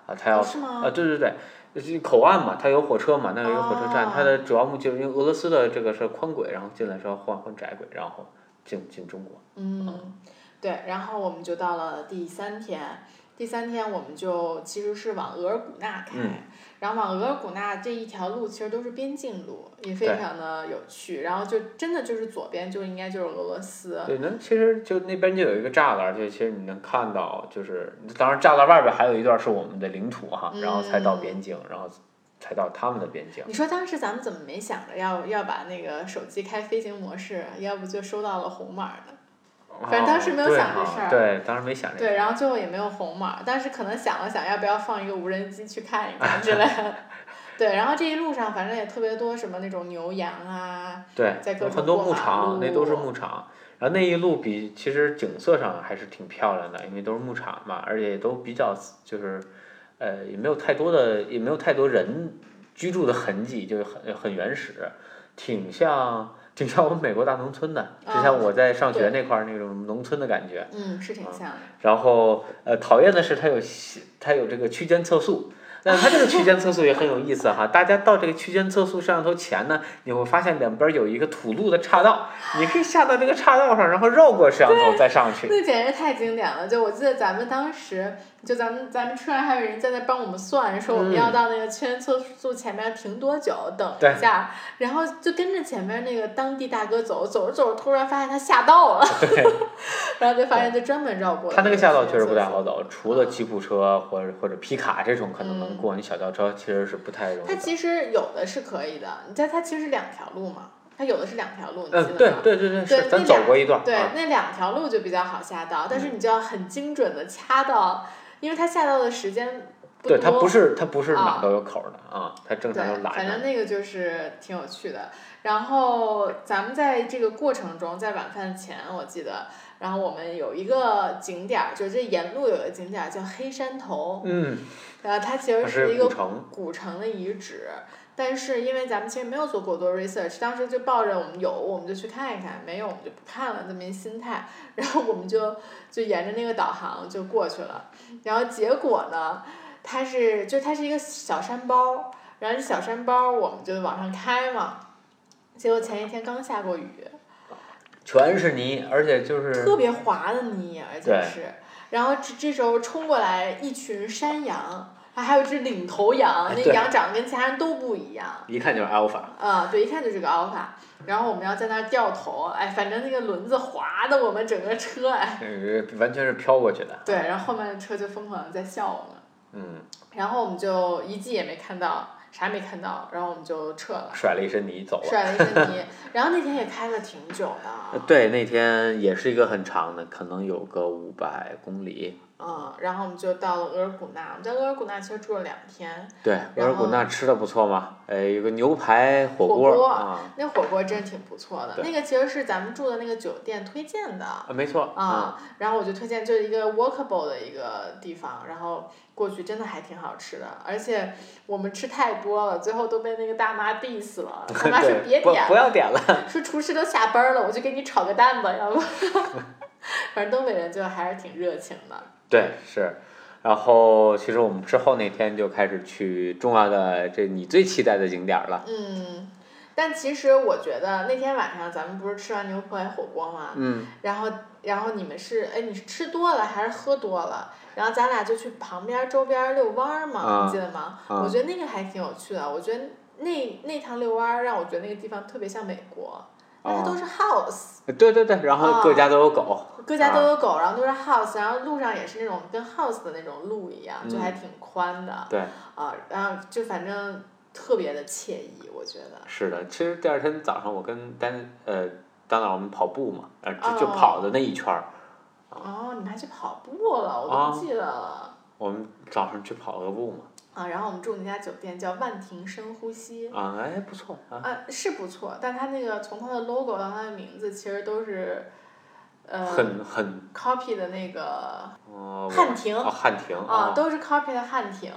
A: 啊，它要
B: 哦是吗
A: 啊，对对对，就是口岸嘛，它有火车嘛，那有一个火车站，
B: 哦
A: 它的主要目的就是因为俄罗斯的这个是宽轨，然后进来之后换换窄轨，然后进进中国。
B: 嗯，对，然后我们就到了第三天，第三天我们就其实是往额尔古纳开，
A: 嗯
B: 然后往额尔古纳这一条路其实都是边境路，也非
A: 对
B: 常的有趣。然后就真的就是左边就应该就是俄罗斯，
A: 对，能其实就那边就有一个栅栏，就其实你能看到，就是当然栅栏外边还有一段是我们的领土哈，然后才到
B: 嗯
A: 边境，然后才到他们的边境。
B: 你说当时咱们怎么没想着要要把那个手机开飞行模式，要不就收到了红码呢？
A: 啊
B: 反正当时没
A: 哦
B: 有
A: 对
B: 想这
A: 哈
B: 事儿
A: 对，当时没想这事
B: 对，
A: 儿。
B: 然后最后也没有红码，但是可能想了想，要不要放一个无人机去看一看之类 的。对，然后这一路上反正也特别多什么那种牛羊啊，
A: 对
B: 在各，种
A: 很多
B: 过
A: 牧
B: 马
A: 场，那都是
B: 路
A: 牧场。然后那一路比其实景色上还是挺漂亮的，因为都是牧场嘛，而且都比较就是，呃，也没有太多的也没有太多人居住的痕迹，就是很很原始，挺像挺像我们美国大农村的，就
B: 啊
A: 像我在上学
B: 对
A: 那块儿那种农村的感觉。
B: 嗯，是挺像的。
A: 然后呃，讨厌的是它有西它有这个区间测速。那它这个区间测速也很有意思哈，大家到这个区间测速摄像头前呢，你会发现两边有一个土路的岔道，你可以下到这个岔道上，然后绕过摄像头再上去。
B: 那简直太经典了！就我记得咱们当时，就咱们咱们车上还有人在那帮我们算，说我们要到那个圈测速前面停多久，等
A: 嗯对
B: 一下，然后就跟着前面那个当地大哥走，走着走着突然发现他下道了， 然后就发现就专门绕过了。
A: 它那个下道确实
B: 实
A: 不太好。走，除了吉普车或者或者皮卡这种可能能过，你小轿车其实是不太容易
B: 嗯它
A: 的。
B: 其实有的是可以的，你知道它其实两条路嘛，它有的是两条路，你记得吗？
A: 嗯，对对对对，
B: 对
A: 是，咱
B: 那
A: 走
B: 俩
A: 过一段
B: 对
A: 啊，，
B: 那两条路就比较好下到，但是你就要很精准的掐到，因为它下到的时间不
A: 对，
B: 多。
A: 它不是它不是哪
B: 啊
A: 都有口儿的啊，它正常都
B: 对，
A: 拦
B: 反
A: 着。
B: 正那个就是挺有趣的。然后咱们在这个过程中，在晚饭前，我记得，然后我们有一个景点儿，就是这沿路有个景点儿叫黑山头，
A: 嗯，
B: 然后它其
A: 它
B: 实
A: 是
B: 一个
A: 古城，
B: 古城的遗址，但是因为咱们其实没有做过多 research，当时就抱着我们有我们就去看一看，没有我们就不看了这么一心态，然后我们就就沿着那个导航就过去了，然后结果呢，它是就它是一个小山包，然后这小山包我们就往上开嘛，结果前一天刚下过雨，
A: 全是泥，而且就是
B: 特别滑的泥，而且
A: 对
B: 是，然后这这时候冲过来一群山羊。啊还有一只领头羊
A: 哎，
B: 那
A: 对
B: 羊长得跟其他人都不一样，
A: 一看就是 alpha。
B: 啊，对，一看就是个 alpha。然后我们要在那儿掉头，哎，反正那个轮子滑的我们整个车，哎，
A: 呃，完全是飘过去的。
B: 对，然后后面的车就疯狂的在笑我们，
A: 嗯，
B: 然后我们就一记也没看到，啥也没看到，然后我们就撤了，
A: 甩了一身泥走了。
B: 甩了一身泥。然后那天也开了挺久的，
C: 对，那天也是一个很长的，可能有个五百公里。
B: 嗯，然后我们就到了额尔古纳，我们在额尔古纳其实住了两天，
C: 对，额尔古纳吃的不错嘛，呃，有个牛排火锅
B: 火锅
C: 啊，
B: 那火锅真挺不错的，
C: 对
B: 那个其实是咱们住的那个酒店推荐的，
C: 啊没错
B: 啊、
A: 嗯
B: 然后我就推荐就是一个 walkable 的一个地方，然后过去真的还挺好吃的，而且我们吃太多了，最后都被那个大妈 diss 了，大妈说
A: 对，
B: 别
A: 不
B: 点
A: 不
B: 了，
A: 要点了。
B: 说厨师都下班了，我就给你炒个蛋吧，要不， 反正东北人就还是挺热情的，
C: 对，是。然后其实我们之后那天就开始去重要的这你最期待的景点儿了。
B: 嗯。但其实我觉得那天晚上咱们不是吃完牛排火锅吗？
C: 嗯，
B: 然后，然后你们是，哎，你是吃多了还是喝多了？然后咱俩就去旁边儿周边儿遛弯儿嘛，
C: 啊
B: 你记得吗？
C: 啊
B: 我觉得那个还挺有趣的。我觉得那那趟遛弯儿让我觉得那个地方特别像美国，大家
C: 哦
B: 都是 house，、
C: 对对对，然后各
B: 啊
C: 家都有狗。
B: 各家都有狗，然后都是 house，然后路上也是那种跟 house 的那种路一样，就还
C: 嗯
B: 挺宽的、
C: 对，
B: 啊。然后就反正特别的惬意，我觉得。
C: 是的。其实第二天早上我跟丹呃丹老我们跑步嘛，呃就就
B: 哦
C: 跑的那一圈儿，
B: 哦，你们还去跑步了，我都
C: 啊
B: 不记得了。
C: 我们早上去跑个步嘛。
B: 啊，然后我们住那家酒店叫万庭深呼吸，
C: 啊，哎，不错啊。
B: 啊，是不错，但它那个从它的 logo 到它的名字，其实都是，呃
C: 很很，
B: ，copy 的那个
C: 呃，
B: 汉庭
C: 我啊，汉庭
B: 啊，
C: 啊，
B: 都是 copy 的汉庭，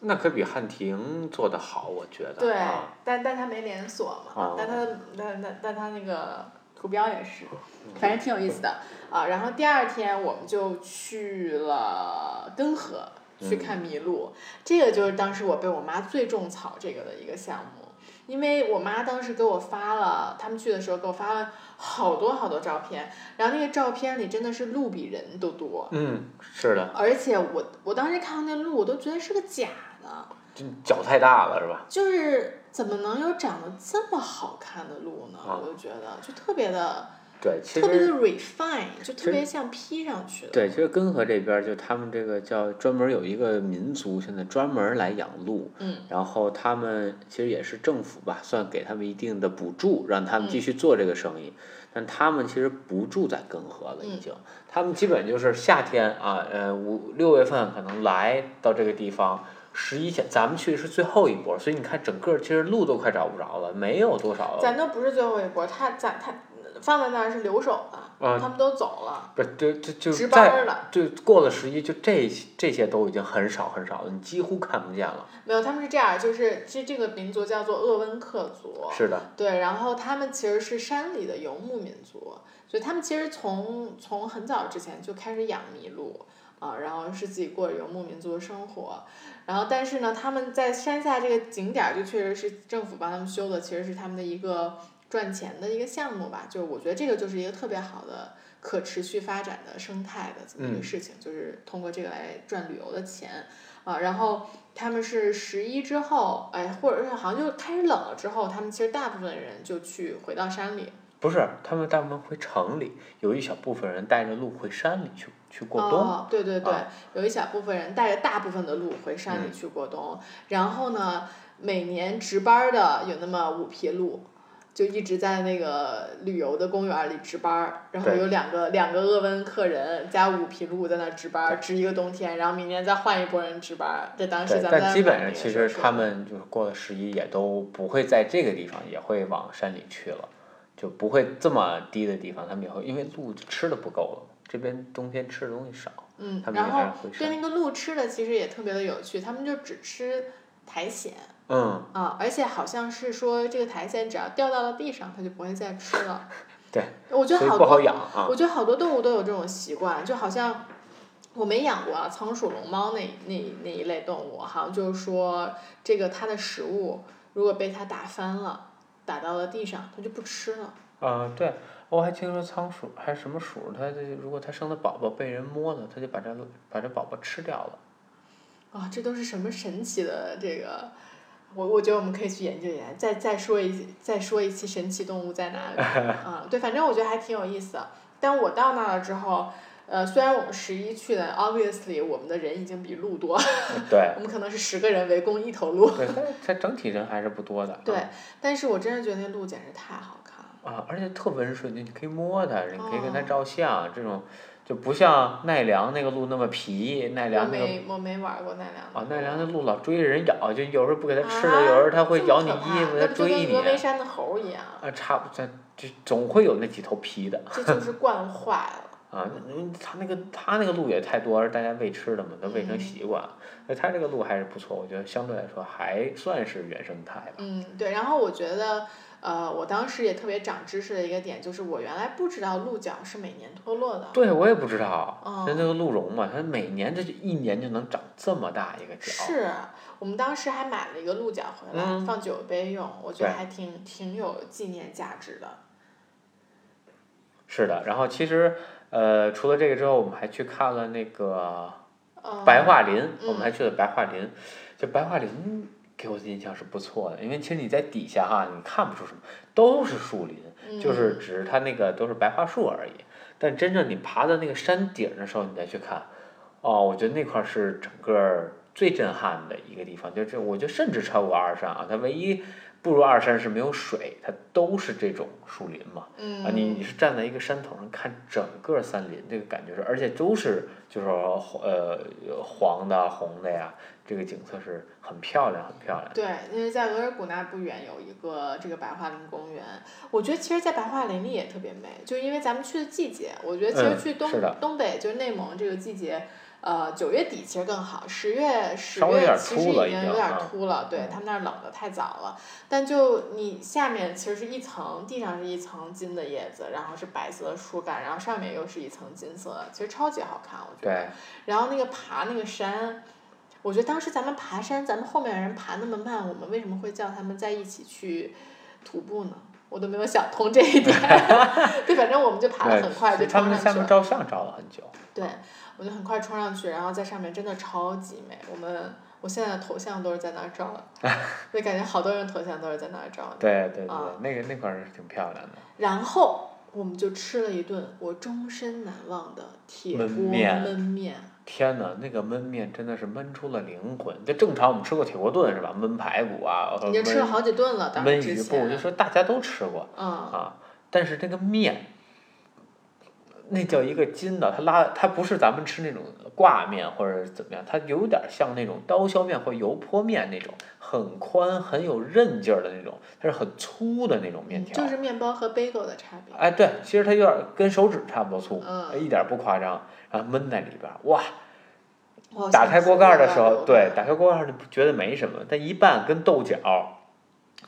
C: 那可比汉庭做的好，我觉得。
B: 对
C: 啊，
B: 但但它没连锁嘛
C: 哦，
B: 但它的但但但它那个图标也是，
C: 嗯
B: 反正挺有意思的啊。然后第二天我们就去了根河
C: 嗯
B: 去看麋鹿，这个就是当时我被我妈最种草这个的一个项目。因为我妈当时给我发了，他们去的时候给我发了好多好多照片，然后那个照片里真的是鹿比人都多，
C: 嗯，是的，
B: 而且我我当时看到那鹿，我都觉得是个假的，
C: 这脚太大了是吧？
B: 就是怎么能有长得这么好看的鹿呢？
C: 啊
B: 我就觉得就特别的
C: 对，其
B: 特别的
C: 实
B: refine，就特别像 P 上去的。
C: 对，其实根河这边儿就他们这个叫专门有一个民族，现在专门来养鹿，
B: 嗯，
C: 然后他们其实也是政府吧，算给他们一定的补助，让他们
B: 嗯
C: 继续做这个生意。但他们其实不住在根河了，已
B: 嗯
C: 经。他们基本就是夏天啊，呃，五六月份可能来到这个地方，十一前咱们去是最后一波，所以你看整个其实路都快找不着了，没有多少。
B: 咱都不是最后一波，他咱他放在那儿是留守的，
A: 啊
B: 他们都走了，
A: 不是，就就就
B: 值班
A: 在
B: 儿了。
A: 就过了十一，就这这些都已经很少很少了，你几乎看不见了。
B: 没有，他们是这样，就是这这个民族叫做鄂温克族，
A: 是的，
B: 对，然后他们其实是山里的游牧民族，所以他们其实从从很早之前就开始养麋鹿啊，然后是自己过游牧民族的生活，然后但是呢，他们在山下这个景点儿就确实是政府帮他们修的，其实是他们的一个赚钱的一个项目吧，就是我觉得这个就是一个特别好的可持续发展的生态的这么一个
A: 嗯
B: 事情，就是通过这个来赚旅游的钱啊，然后。他们是十一之后，哎，或者是好像就开始冷了之后，他们其实大部分人就去回到山里，
A: 不是，他们大部分回城里，有一小部分人带着鹿回山里去去过冬。
B: 哦，对对对，
A: 啊嗯
B: 有一小部分人带着大部分的鹿回山里去过冬，然后呢，每年值班的有那么五匹鹿。就一直在那个旅游的公园里值班儿，然后
A: 对
B: 有两个两个鄂温克人加五匹鹿在那儿值班儿，值一个冬天，然后明年再换一拨人值班儿。这当时
A: 对，
B: 咱们在
A: 但基本
B: 那
A: 上
B: 个
A: 其
B: 时候
A: 实
B: 说
A: 他们就是过了十一也都不会在这个地方，也会往山里去了，就不会这么低的地方。他们也会因为鹿吃的不够了，这边冬天吃的东西少，
B: 嗯
A: 他，们
B: 然
A: 也还
B: 后
A: 是回
B: 对
A: 山。
B: 那个鹿吃的其实也特别的有趣，他们就只吃苔藓
A: 嗯，
B: 啊，而且好像是说这个苔藓只要掉到了地上，它就不会再吃了。
A: 对，
B: 我觉
A: 所
B: 得
A: 以
B: 好
A: 不
B: 多，
A: 好养啊。
B: 我觉得好多动物都有这种习惯，就好像我没养过啊，仓鼠、龙猫那那那一类动物，好像就是说这个它的食物如果被它打翻了，打到了地上，它就不吃了。
A: 啊，对，我还听说仓鼠还是什么鼠，它这如果它生的宝宝被人摸了，它就把这把这宝宝吃掉了。
B: 啊，这都是什么神奇的这个？我我觉得我们可以去研究研究，再再说一再说一期神奇动物 在哪里？嗯，对，反正我觉得还挺有意思的。但我到那儿了之后，呃，虽然我们十一去的，obviously 我们的人已经比鹿多，
A: 对，
B: 我们可能是十个人围攻一头鹿，
A: 对，它它整体人还是不多的啊。
B: 对，但是我真是觉得那鹿简直太好看了。
A: 啊，而且特温顺，就你可以摸它，你可以跟它
B: 哦
A: 照相，这种就不像奈良那个鹿那么皮，奈
B: 我
A: 良那个
B: 没我没玩过奈良的鹿。
A: 啊，奈良那鹿老追着人咬，就有时候不给它吃了，
B: 啊
A: 有时候它
B: 这
A: 会
B: 么
A: 咬
B: 可
A: 你
B: 怕
A: 衣服，它
B: 那不就
A: 追
B: 跟
A: 你
B: 峨眉山的猴儿一样，
A: 啊，差不多，就总会有那几头皮的
B: 这就是惯坏了。
A: 啊。那它那个它那个鹿也太多，而大家喂吃的嘛，它喂成
B: 嗯
A: 习惯了。那它这个鹿还是不错，我觉得相对来说还算是原生态吧。
B: 嗯，对。然后我觉得，呃，我当时也特别长知识的一个点，就是我原来不知道鹿角是每年脱落的。
A: 对，我也不知道，
B: 嗯
A: 那那个鹿茸嘛，它每年这就一年就能长这么大一个角。
B: 是我们当时还买了一个鹿角回来，
A: 嗯
B: 放酒杯用，我觉得
A: 对
B: 还挺挺有纪念价值的。
A: 是的，然后其实呃，除了这个之后，我们还去看了那个
B: 嗯、
A: 白桦林，我
B: 嗯
A: 们还去了白桦林。就白桦林给我的印象是不错的，因为其实你在底下哈，你看不出什么，都是树林，
B: 嗯
A: 就是只是它那个都是白桦树而已。但真正你爬到那个山顶的时候，你再去看，哦，我觉得那块儿是整个儿最震撼的一个地方，就这，我觉得甚至超过二山啊。它唯一不如二山是没有水，它都是这种树林嘛。
B: 嗯
A: 啊，你你是站在一个山头上看整个山林，这个感觉是，而且都是就是说呃黄的、啊红的呀，这个景色是很漂亮，很漂亮。
B: 对，因为在额尔古纳不远有一个这个白桦林公园，我觉得其实，在白桦林里也特别美，就因为咱们去的季节，我觉得其
A: 嗯
B: 实去东、
A: 是的
B: 东北就是内蒙这个季节，呃，九月底其实更好，十月十
A: 稍微有
B: 月
A: 点
B: 其
A: 秃
B: 实已
A: 了已
B: 经有
A: 经
B: 点
A: 啊
B: 秃了，对
A: 嗯
B: 他们那儿冷的太早了，但就你下面其实是一层，地上是一层金的叶子，然后是白色的树干，然后上面又是一层金色的，其实超级好看，我觉得。
A: 对，
B: 然后那个爬那个山，我觉得当时咱们爬山，咱们后面人爬那么慢，我们为什么会叫他们在一起去徒步呢？我都没有想通这 一点。对，反正我们就爬得很快，就
A: 对，他
B: 冲
A: 们在下
B: 上去
A: 面
B: 了。
A: 照相照了很久。
B: 对，我就很快冲上去，然后在上面真的超级美。我们我现在的头像都是在那儿照 的，就感觉好多人头像都是在那儿照的。
A: 对对对，
B: 啊
A: 那个那块儿是挺漂亮的。
B: 然后我们就吃了一顿我终身难忘的铁锅
A: 焖面
B: 焖面。
A: 天哪，那个焖面真的是焖出了灵魂。就正常我们吃过铁锅炖是吧？焖排骨啊，
B: 已经吃了
A: 焖
B: 好几顿了，当
A: 焖
B: 时
A: 鱼
B: 之嗯
A: 不，我就
B: 前，
A: 啊说大家都吃过
B: 嗯，
A: 啊，但是这个面。那叫一个筋的，它拉它不是咱们吃那种挂面或者怎么样，它有点像那种刀削面或油泼面那种，很宽很有韧劲儿的那种，它是很粗的那种面条。
B: 就是面包和 bagel 的差别。
A: 哎，对，其实它有点跟手指差不多粗，哎
B: 嗯
A: 一点儿不夸张。然后焖在里边儿，哇，
B: 我好
A: 打
B: 像
A: 开
B: 吃
A: 锅盖儿的
B: 过
A: 时候，
B: bagel
A: 对，打开锅盖儿就觉得没什么，但一拌跟豆角儿，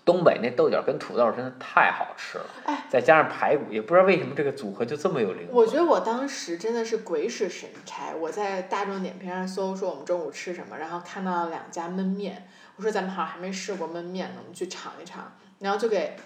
A: 东北那豆角儿跟土豆儿真的太好吃了，
B: 哎
A: 再加上排骨，也不知道为什么这个组合就这么有灵魂。
B: 我觉得我当时真的是鬼使神差，我在大众点评上搜说我们中午吃什么，然后看到了两家焖面，我说咱们好像还没试过焖面呢，我们去尝一尝，然后就给。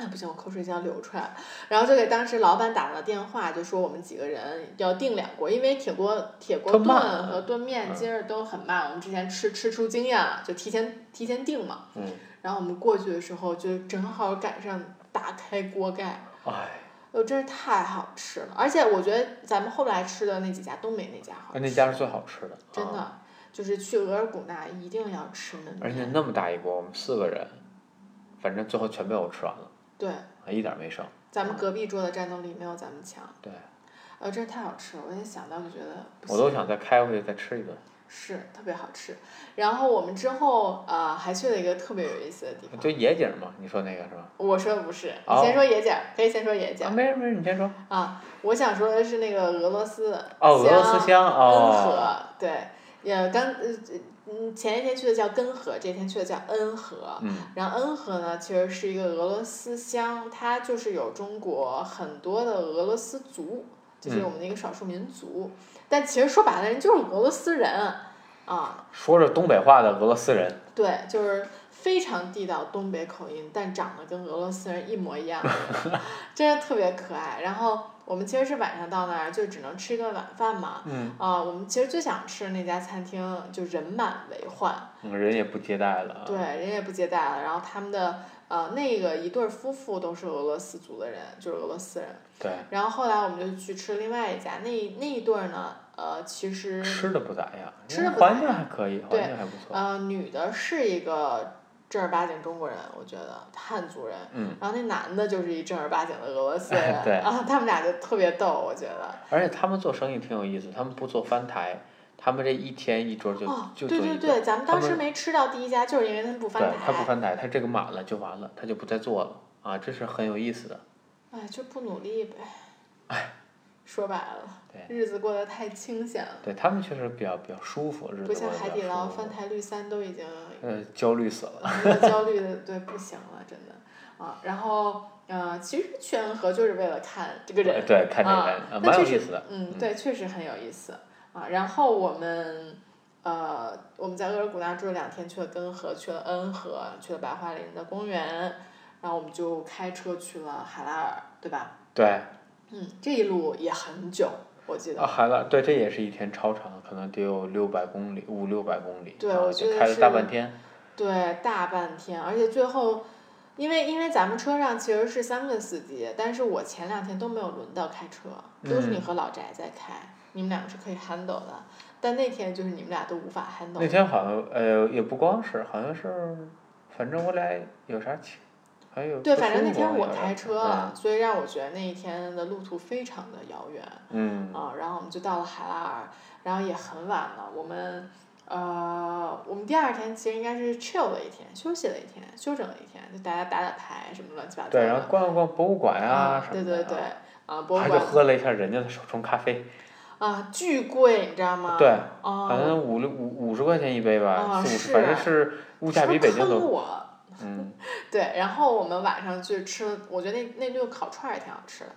B: 哎，不行，我口水就要流出来了。然后就给当时老板打了电话，就说我们几个人要订两锅，因为铁锅铁 锅
A: 特
B: 炖
A: 慢
B: 和炖面
A: 嗯
B: 今儿都很慢，我们之前吃吃出经验了，就提前提前订嘛。
A: 嗯，
B: 然后我们过去的时候，就正好赶上打开锅盖，
A: 哎，
B: 哦，真是太好吃了！而且我觉得咱们后来吃的那几家，东北那家好吃，
A: 啊那家是最好吃的，
B: 真
A: 啊
B: 的就是去额尔古纳一定要吃焖
A: 而且
B: 面。
A: 那么大一锅，我们四个人，反正最后全被我吃完了，
B: 对，
A: 啊一点儿没剩。
B: 咱们隔壁桌的战斗力没有咱们强。
A: 嗯对，
B: 呃，真是太好吃了！我也想到就觉得不行，
A: 我都想再开回去再吃一顿。
B: 是特别好吃。然后我们之后呃还去了一个特别有意思的地方。
A: 就野景嘛，你说那个是吧？
B: 我说不是，你
A: 哦
B: 先说野姐，可以先说野姐
A: 啊，没事没事，你先说。
B: 啊。我想说的是那个俄罗斯
A: 哦，俄罗斯香
B: 恩
A: 哦，
B: 和，对，也刚呃嗯前一天去的叫根河，这天去的叫恩和。
A: 嗯，
B: 然后恩和呢，其实是一个俄罗斯乡，它就是有中国很多的俄罗斯族，就是
A: 嗯
B: 我们的一个少数民族。但其实说白了，人就是俄罗斯人啊，
A: 说着东北话的俄罗斯人，
B: 对，就是非常地道东北口音，但长得跟俄罗斯人一模 一样，真的特别可爱。然后我们其实是晚上到那儿，就只能吃一顿晚饭嘛。
A: 嗯，
B: 啊、我们其实最想吃的那家餐厅就人满为患，
A: 嗯人也不接待了。啊
B: 对，，人也不接待了。然后他们的呃那个一对儿夫妇都是俄罗斯族的人，就是俄罗斯人。
A: 对，
B: 然后后来我们就去吃另外一家，那那一对儿呢，呃，其实
A: 吃的不咋样，
B: 吃得不咋样
A: 环境还可以，环
B: 对
A: 境还不错。
B: 呃女的是一个正儿八经中国人，我觉得汉族人。
A: 嗯，哎
B: 然后那男的就是一正儿八经的俄罗斯人，
A: 对
B: 然后他们俩就特别逗，我觉得。
A: 而且他们做生意挺有意思，他们不做翻台，他们这一天一桌就
B: 哦，
A: 就
B: 对
A: 做一
B: 对
A: 顿。
B: 对，咱们
A: 他
B: 当时
A: 们
B: 没吃到第一家，就是因为他们不翻
A: 对
B: 台。，
A: 他不翻台，他这个满了就完了，他就不再做了啊，这是很有意思的。
B: 哎，就不努力呗。说白了
A: 哎对，
B: 日子过得太清闲了，
A: 对他们确实比较比较舒服，日子
B: 不像
A: 过得
B: 海
A: 比
B: 底
A: 较
B: 捞、
A: 舒
B: 翻
A: 服
B: 台率三都 已经
A: 呃，焦虑死了。
B: 那个焦虑的，对，不行了，真的啊。然后，呃，其实去恩和就是为了看这个人，
A: 对，看这个
B: 啊
A: 人，呃
B: 但
A: 蛮有
B: 确
A: 意
B: 实
A: 思的。，
B: 嗯，
A: 嗯
B: 对，确实很有意思啊。然后我们呃，我们在额尔古纳住了两天，去了根河，去了恩河，去了白桦林的公园，然后我们就开车去了海拉尔，对吧？
A: 对，
B: 嗯，这一路也很久，我记得。
A: 啊，海拉，对，这也是一天超长，可能得有六百公里，五六百公里，
B: 对
A: 啊
B: 我觉
A: 就
B: 得
A: 开了大
B: 是
A: 半天。
B: 对，大半天，而且最后，因为因为咱们车上其实是三个司机，但是我前两天都没有轮到开车，都是你
A: 嗯
B: 和老翟在开，你们两个是可以 handle 的，但那天就是你们俩都无法 handle
A: 那。天好像呃，也不光是，好像是，反正我俩有啥情，还有啊
B: 对，
A: 不
B: 反正那
A: 舒服
B: 天
A: 好
B: 我
A: 像
B: 开
A: 是嗯
B: 车啊了，所以让我觉得那一天的路途非常的遥远
A: 嗯，
B: 啊。然后我们就到了海拉尔，然后也很晚了。我们呃，我们第二天其实应该是 chill 了一天，休息了一天，休整了一天，就大家打打牌什么乱七八糟
A: 对，然后
B: 的。
A: 逛了逛博物馆啊
B: 啊，
A: 什
B: 对
A: 么
B: 对
A: 的
B: 对
A: 啊，
B: 啊，博物
A: 还就
B: 馆
A: 喝了一下人家的手冲咖啡，
B: 啊，巨贵，你知道吗？
A: 对，好
B: 啊，
A: 像五六五五十块钱一杯吧，
B: 啊
A: 四五
B: 是
A: 十，反正是物价
B: 是不
A: 比
B: 是
A: 北京
B: 坑
A: 都，
B: 我。
A: 嗯，
B: 对，然后我们晚上去吃，我觉得那那顿烤串儿也挺好吃的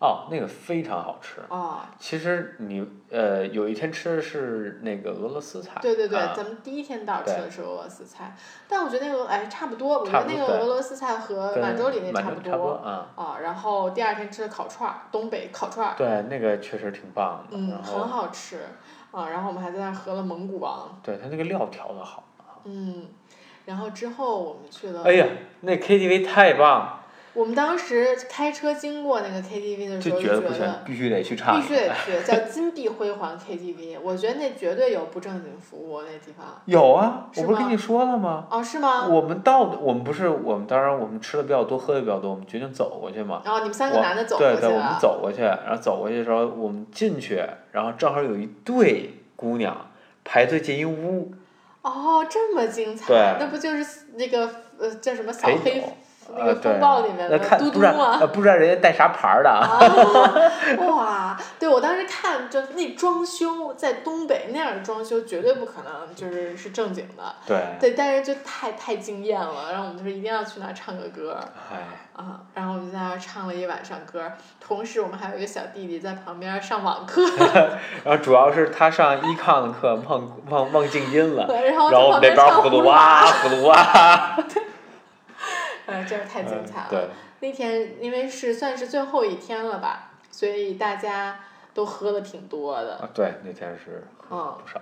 A: 哦，那个非常好吃。
B: 哦。
A: 其实你呃有一天吃的是那个俄罗斯菜，
B: 对对对，
A: 啊
B: 咱们第一天到吃
A: 对
B: 的是俄罗斯菜，但我觉得那个哎差不多，我觉
A: 差
B: 得
A: 不
B: 那
A: 多
B: 个
A: 对
B: 俄罗斯菜和
A: 跟
B: 满洲里那
A: 满
B: 差
A: 洲
B: 不
A: 差不多
B: 多
A: 啊，
B: 啊。然后第二天吃的烤串儿，东北烤串儿，
A: 对，那个确实挺棒的，
B: 嗯，
A: 然
B: 很
A: 后
B: 好吃啊。然后我们还在那儿喝了蒙古王，
A: 对它那个料调的好，哎
B: 嗯，然后之后我们去了，
A: 哎呀，那 KTV 太棒了，
B: 我们当时开车经过那个 KTV 的时
A: 就
B: 候，就
A: 觉得
B: 觉
A: 不行
B: 得，
A: 必须得去唱
B: 必。须得去，叫金碧辉煌 KTV。我觉得那绝对有不正经服务那地方。
A: 有啊，我不
B: 是
A: 是
B: 吗
A: 跟你说了吗？
B: 哦，是吗？
A: 我们到我们不是我们当然我们吃的比较多，喝的比较多，我们决定走过去嘛。
B: 然哦后你们三个
A: 我
B: 男的走过
A: 对
B: 去啊
A: 对，我们
B: 了，
A: 走过去，然后走过去的时候，我们进去，然后正好有一对姑娘排队进一屋
B: 哦，这么精彩
A: 对，
B: 那不就是那个呃叫什么扫
A: 陪
B: 黑
A: 酒，
B: 那
A: 呃
B: 个
A: 对
B: 风暴里面
A: 那
B: 的
A: 看
B: 嘟嘟
A: 不
B: 啊
A: 知道
B: 吗？
A: 呃不知道人家带啥牌儿的 啊，
B: 哇，对我当时看就那装修，在东北那样的装修绝对不可能就是是正经的，
A: 对，
B: 对，但是就太太惊艳了，然后我们就是一定要去那儿唱个歌儿
A: 哎，
B: 啊，然后我们就在那儿唱了一晚上歌儿，同时我们还有一个小弟弟在旁边上网课，
A: 然后主要是他上一抗的课忘忘忘静音了，
B: 然后
A: 啊然后我们这
B: 在旁
A: 边
B: 唱
A: 葫芦 娃
B: 娃，
A: 葫芦娃，
B: 呃，真是太精彩了。
A: 嗯对，
B: 那天因为是算是最后一天了吧，所以大家都喝的挺多的，
A: 啊对，那天是喝了
B: 嗯
A: 不少。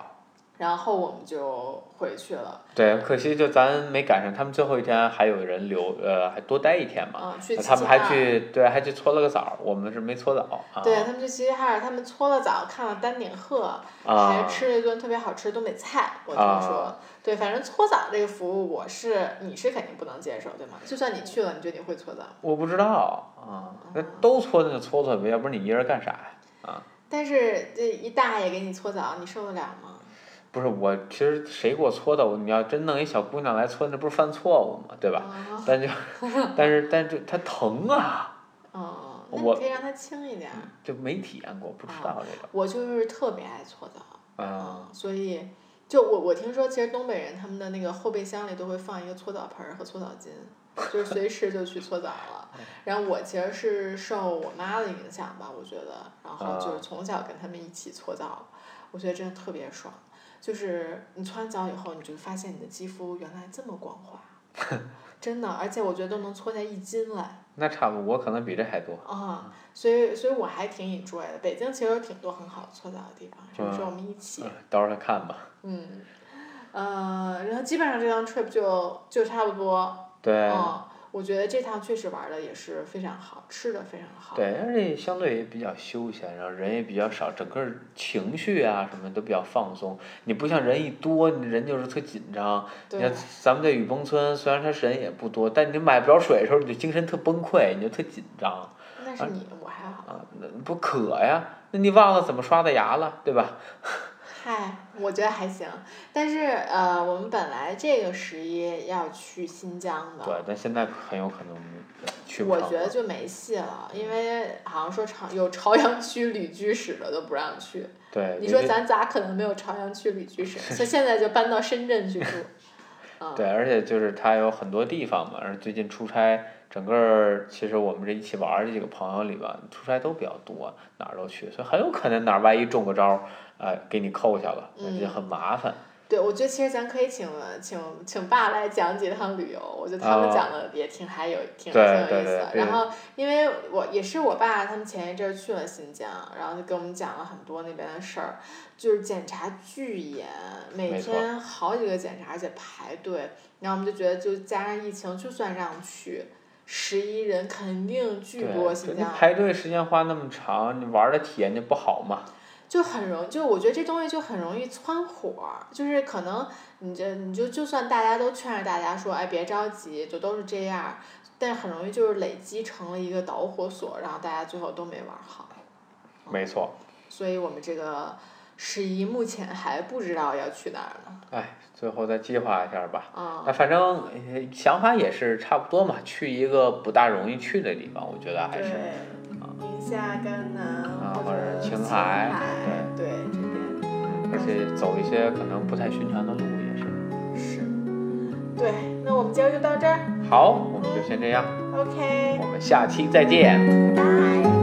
B: 然后我们就回去了，
A: 对，可惜就咱没赶上，他们最后一天还有人留，呃，还多待一天嘛。
B: 啊，去齐
A: 他
B: 齐
A: 们
B: 哈
A: 还
B: 尔。
A: 去对，还去搓了个澡儿，我们是没搓澡啊。
B: 对他们去齐齐哈尔，他们搓了澡，看了丹顶鹤，还
A: 啊，
B: 吃了一顿特别好吃的东北菜。我听
A: 啊
B: 说，对，反正搓澡这个服务，我是你是肯定不能接受，对吗？就算你去了，你觉得你会搓澡，
A: 我不知道
B: 嗯
A: 啊，那都搓那就搓搓呗，要不然你一人干啥呀？
B: 但是这一大爷给你搓澡，你受得了吗？
A: 不是我，其实谁给我搓的？我你要真弄一小姑娘来搓，那不是犯错误吗？对吧？
B: 啊
A: 但就，但是，但是她疼啊，
B: 嗯，那你
A: 我
B: 可以让他轻一点儿。
A: 就没体验过，不知道这个。
B: 我就是特别爱搓澡。
A: 啊，
B: 所以就我我听说，其实东北人他们的那个后备箱里都会放一个搓澡盆儿和搓澡巾，就是随时就去搓澡了。然后我其实是受我妈的影响吧，我觉得，然后就是从小跟他们一起搓澡，我觉得真的特别爽。就是你搓完澡以后，你就发现你的肌肤原来这么光滑，真的，而且我觉得都能搓下一斤来。
A: 那差不多，我可能比这还多。
B: 啊、所以所以我还挺 enjoy 的。北京其实有挺多很好的搓澡的地方，什么时候我们一起
A: 嗯，到时候看吧。
B: 嗯，呃，然后基本上这趟 trip 就就差不多。
A: 对。
B: 嗯，我觉得这趟确实玩的也是非常好，吃的非常好。
A: 对，而且相对也比较休闲，然后人也比较少，整个情绪啊什么都比较放松。你不像人一多，你人就是特紧张。你
B: 对
A: 看咱们在雨崩村，虽然它人也不多，但你买不着水的时候，你就精神特崩溃，你就特紧张
B: 那是你，我还好。
A: 啊，那不渴呀？那你忘了怎么刷的牙了，对吧？
B: 嗨，我觉得还行，但是呃，我们本来这个十一要去新疆的，
A: 对，但现在很有可能去不
B: 嗯我
A: 成
B: 觉得
A: 了。
B: 就没戏了，因为好像说朝有朝阳区旅居史的都不让去。
A: 对，
B: 你
A: 因
B: 说
A: 为
B: 咱咋可能没有朝阳区旅居史？所以现在就搬到深 圳去住。嗯，
A: 对，而且就是它有很多地方嘛，而最近出差，整个儿其实我们这一起玩儿的几个朋友里吧，出差都比较多，哪儿都去，所以很有可能哪儿万一中个招儿，哎、给你扣下了，那就
B: 嗯
A: 很麻烦。
B: 对，我觉得其实咱可以请请请爸来讲几趟旅游，我觉得他们
A: 啊
B: 讲的也挺还有挺挺
A: 对
B: 有意思
A: 对
B: 的。
A: 对
B: 然
A: 对
B: 后，因为我也是我爸他们前一阵儿去了新疆，然后就给我们讲了很多那边的事儿，就是检查巨严，每
A: 没错
B: 天好几个检查，而且排队。然后我们就觉得，就加上疫情，就算让去，十一人肯定巨
A: 对，
B: 多
A: 就
B: 新
A: 你
B: 疆。
A: 排队时间花那么长，你玩儿的体验就不好嘛。
B: 就很容就我觉得这东西就很容易蹿火儿，就是可能你这你就就算大家都劝着大家说，哎，别着急，就都是这样儿，但很容易就是累积成了一个导火索，然后大家最后都没玩好。嗯
A: 没错，
B: 所以我们这个十一目前还不知道要去哪儿呢。
A: 哎，最后再计划一下吧。
B: 啊、
A: 那反正呃想法也是差不多嘛，去一个不大容易去的地方，我觉得还是。
B: 对，宁夏、甘南
A: 啊
B: 或
A: 或者
B: 青
A: 青海
B: 对这边
A: 而且走一些可能不太寻常的路也是。
B: 是。对，那我们今儿就到这儿
A: 好，我们就先这样。
B: ，OK，
A: 我们下期再见。
B: 拜。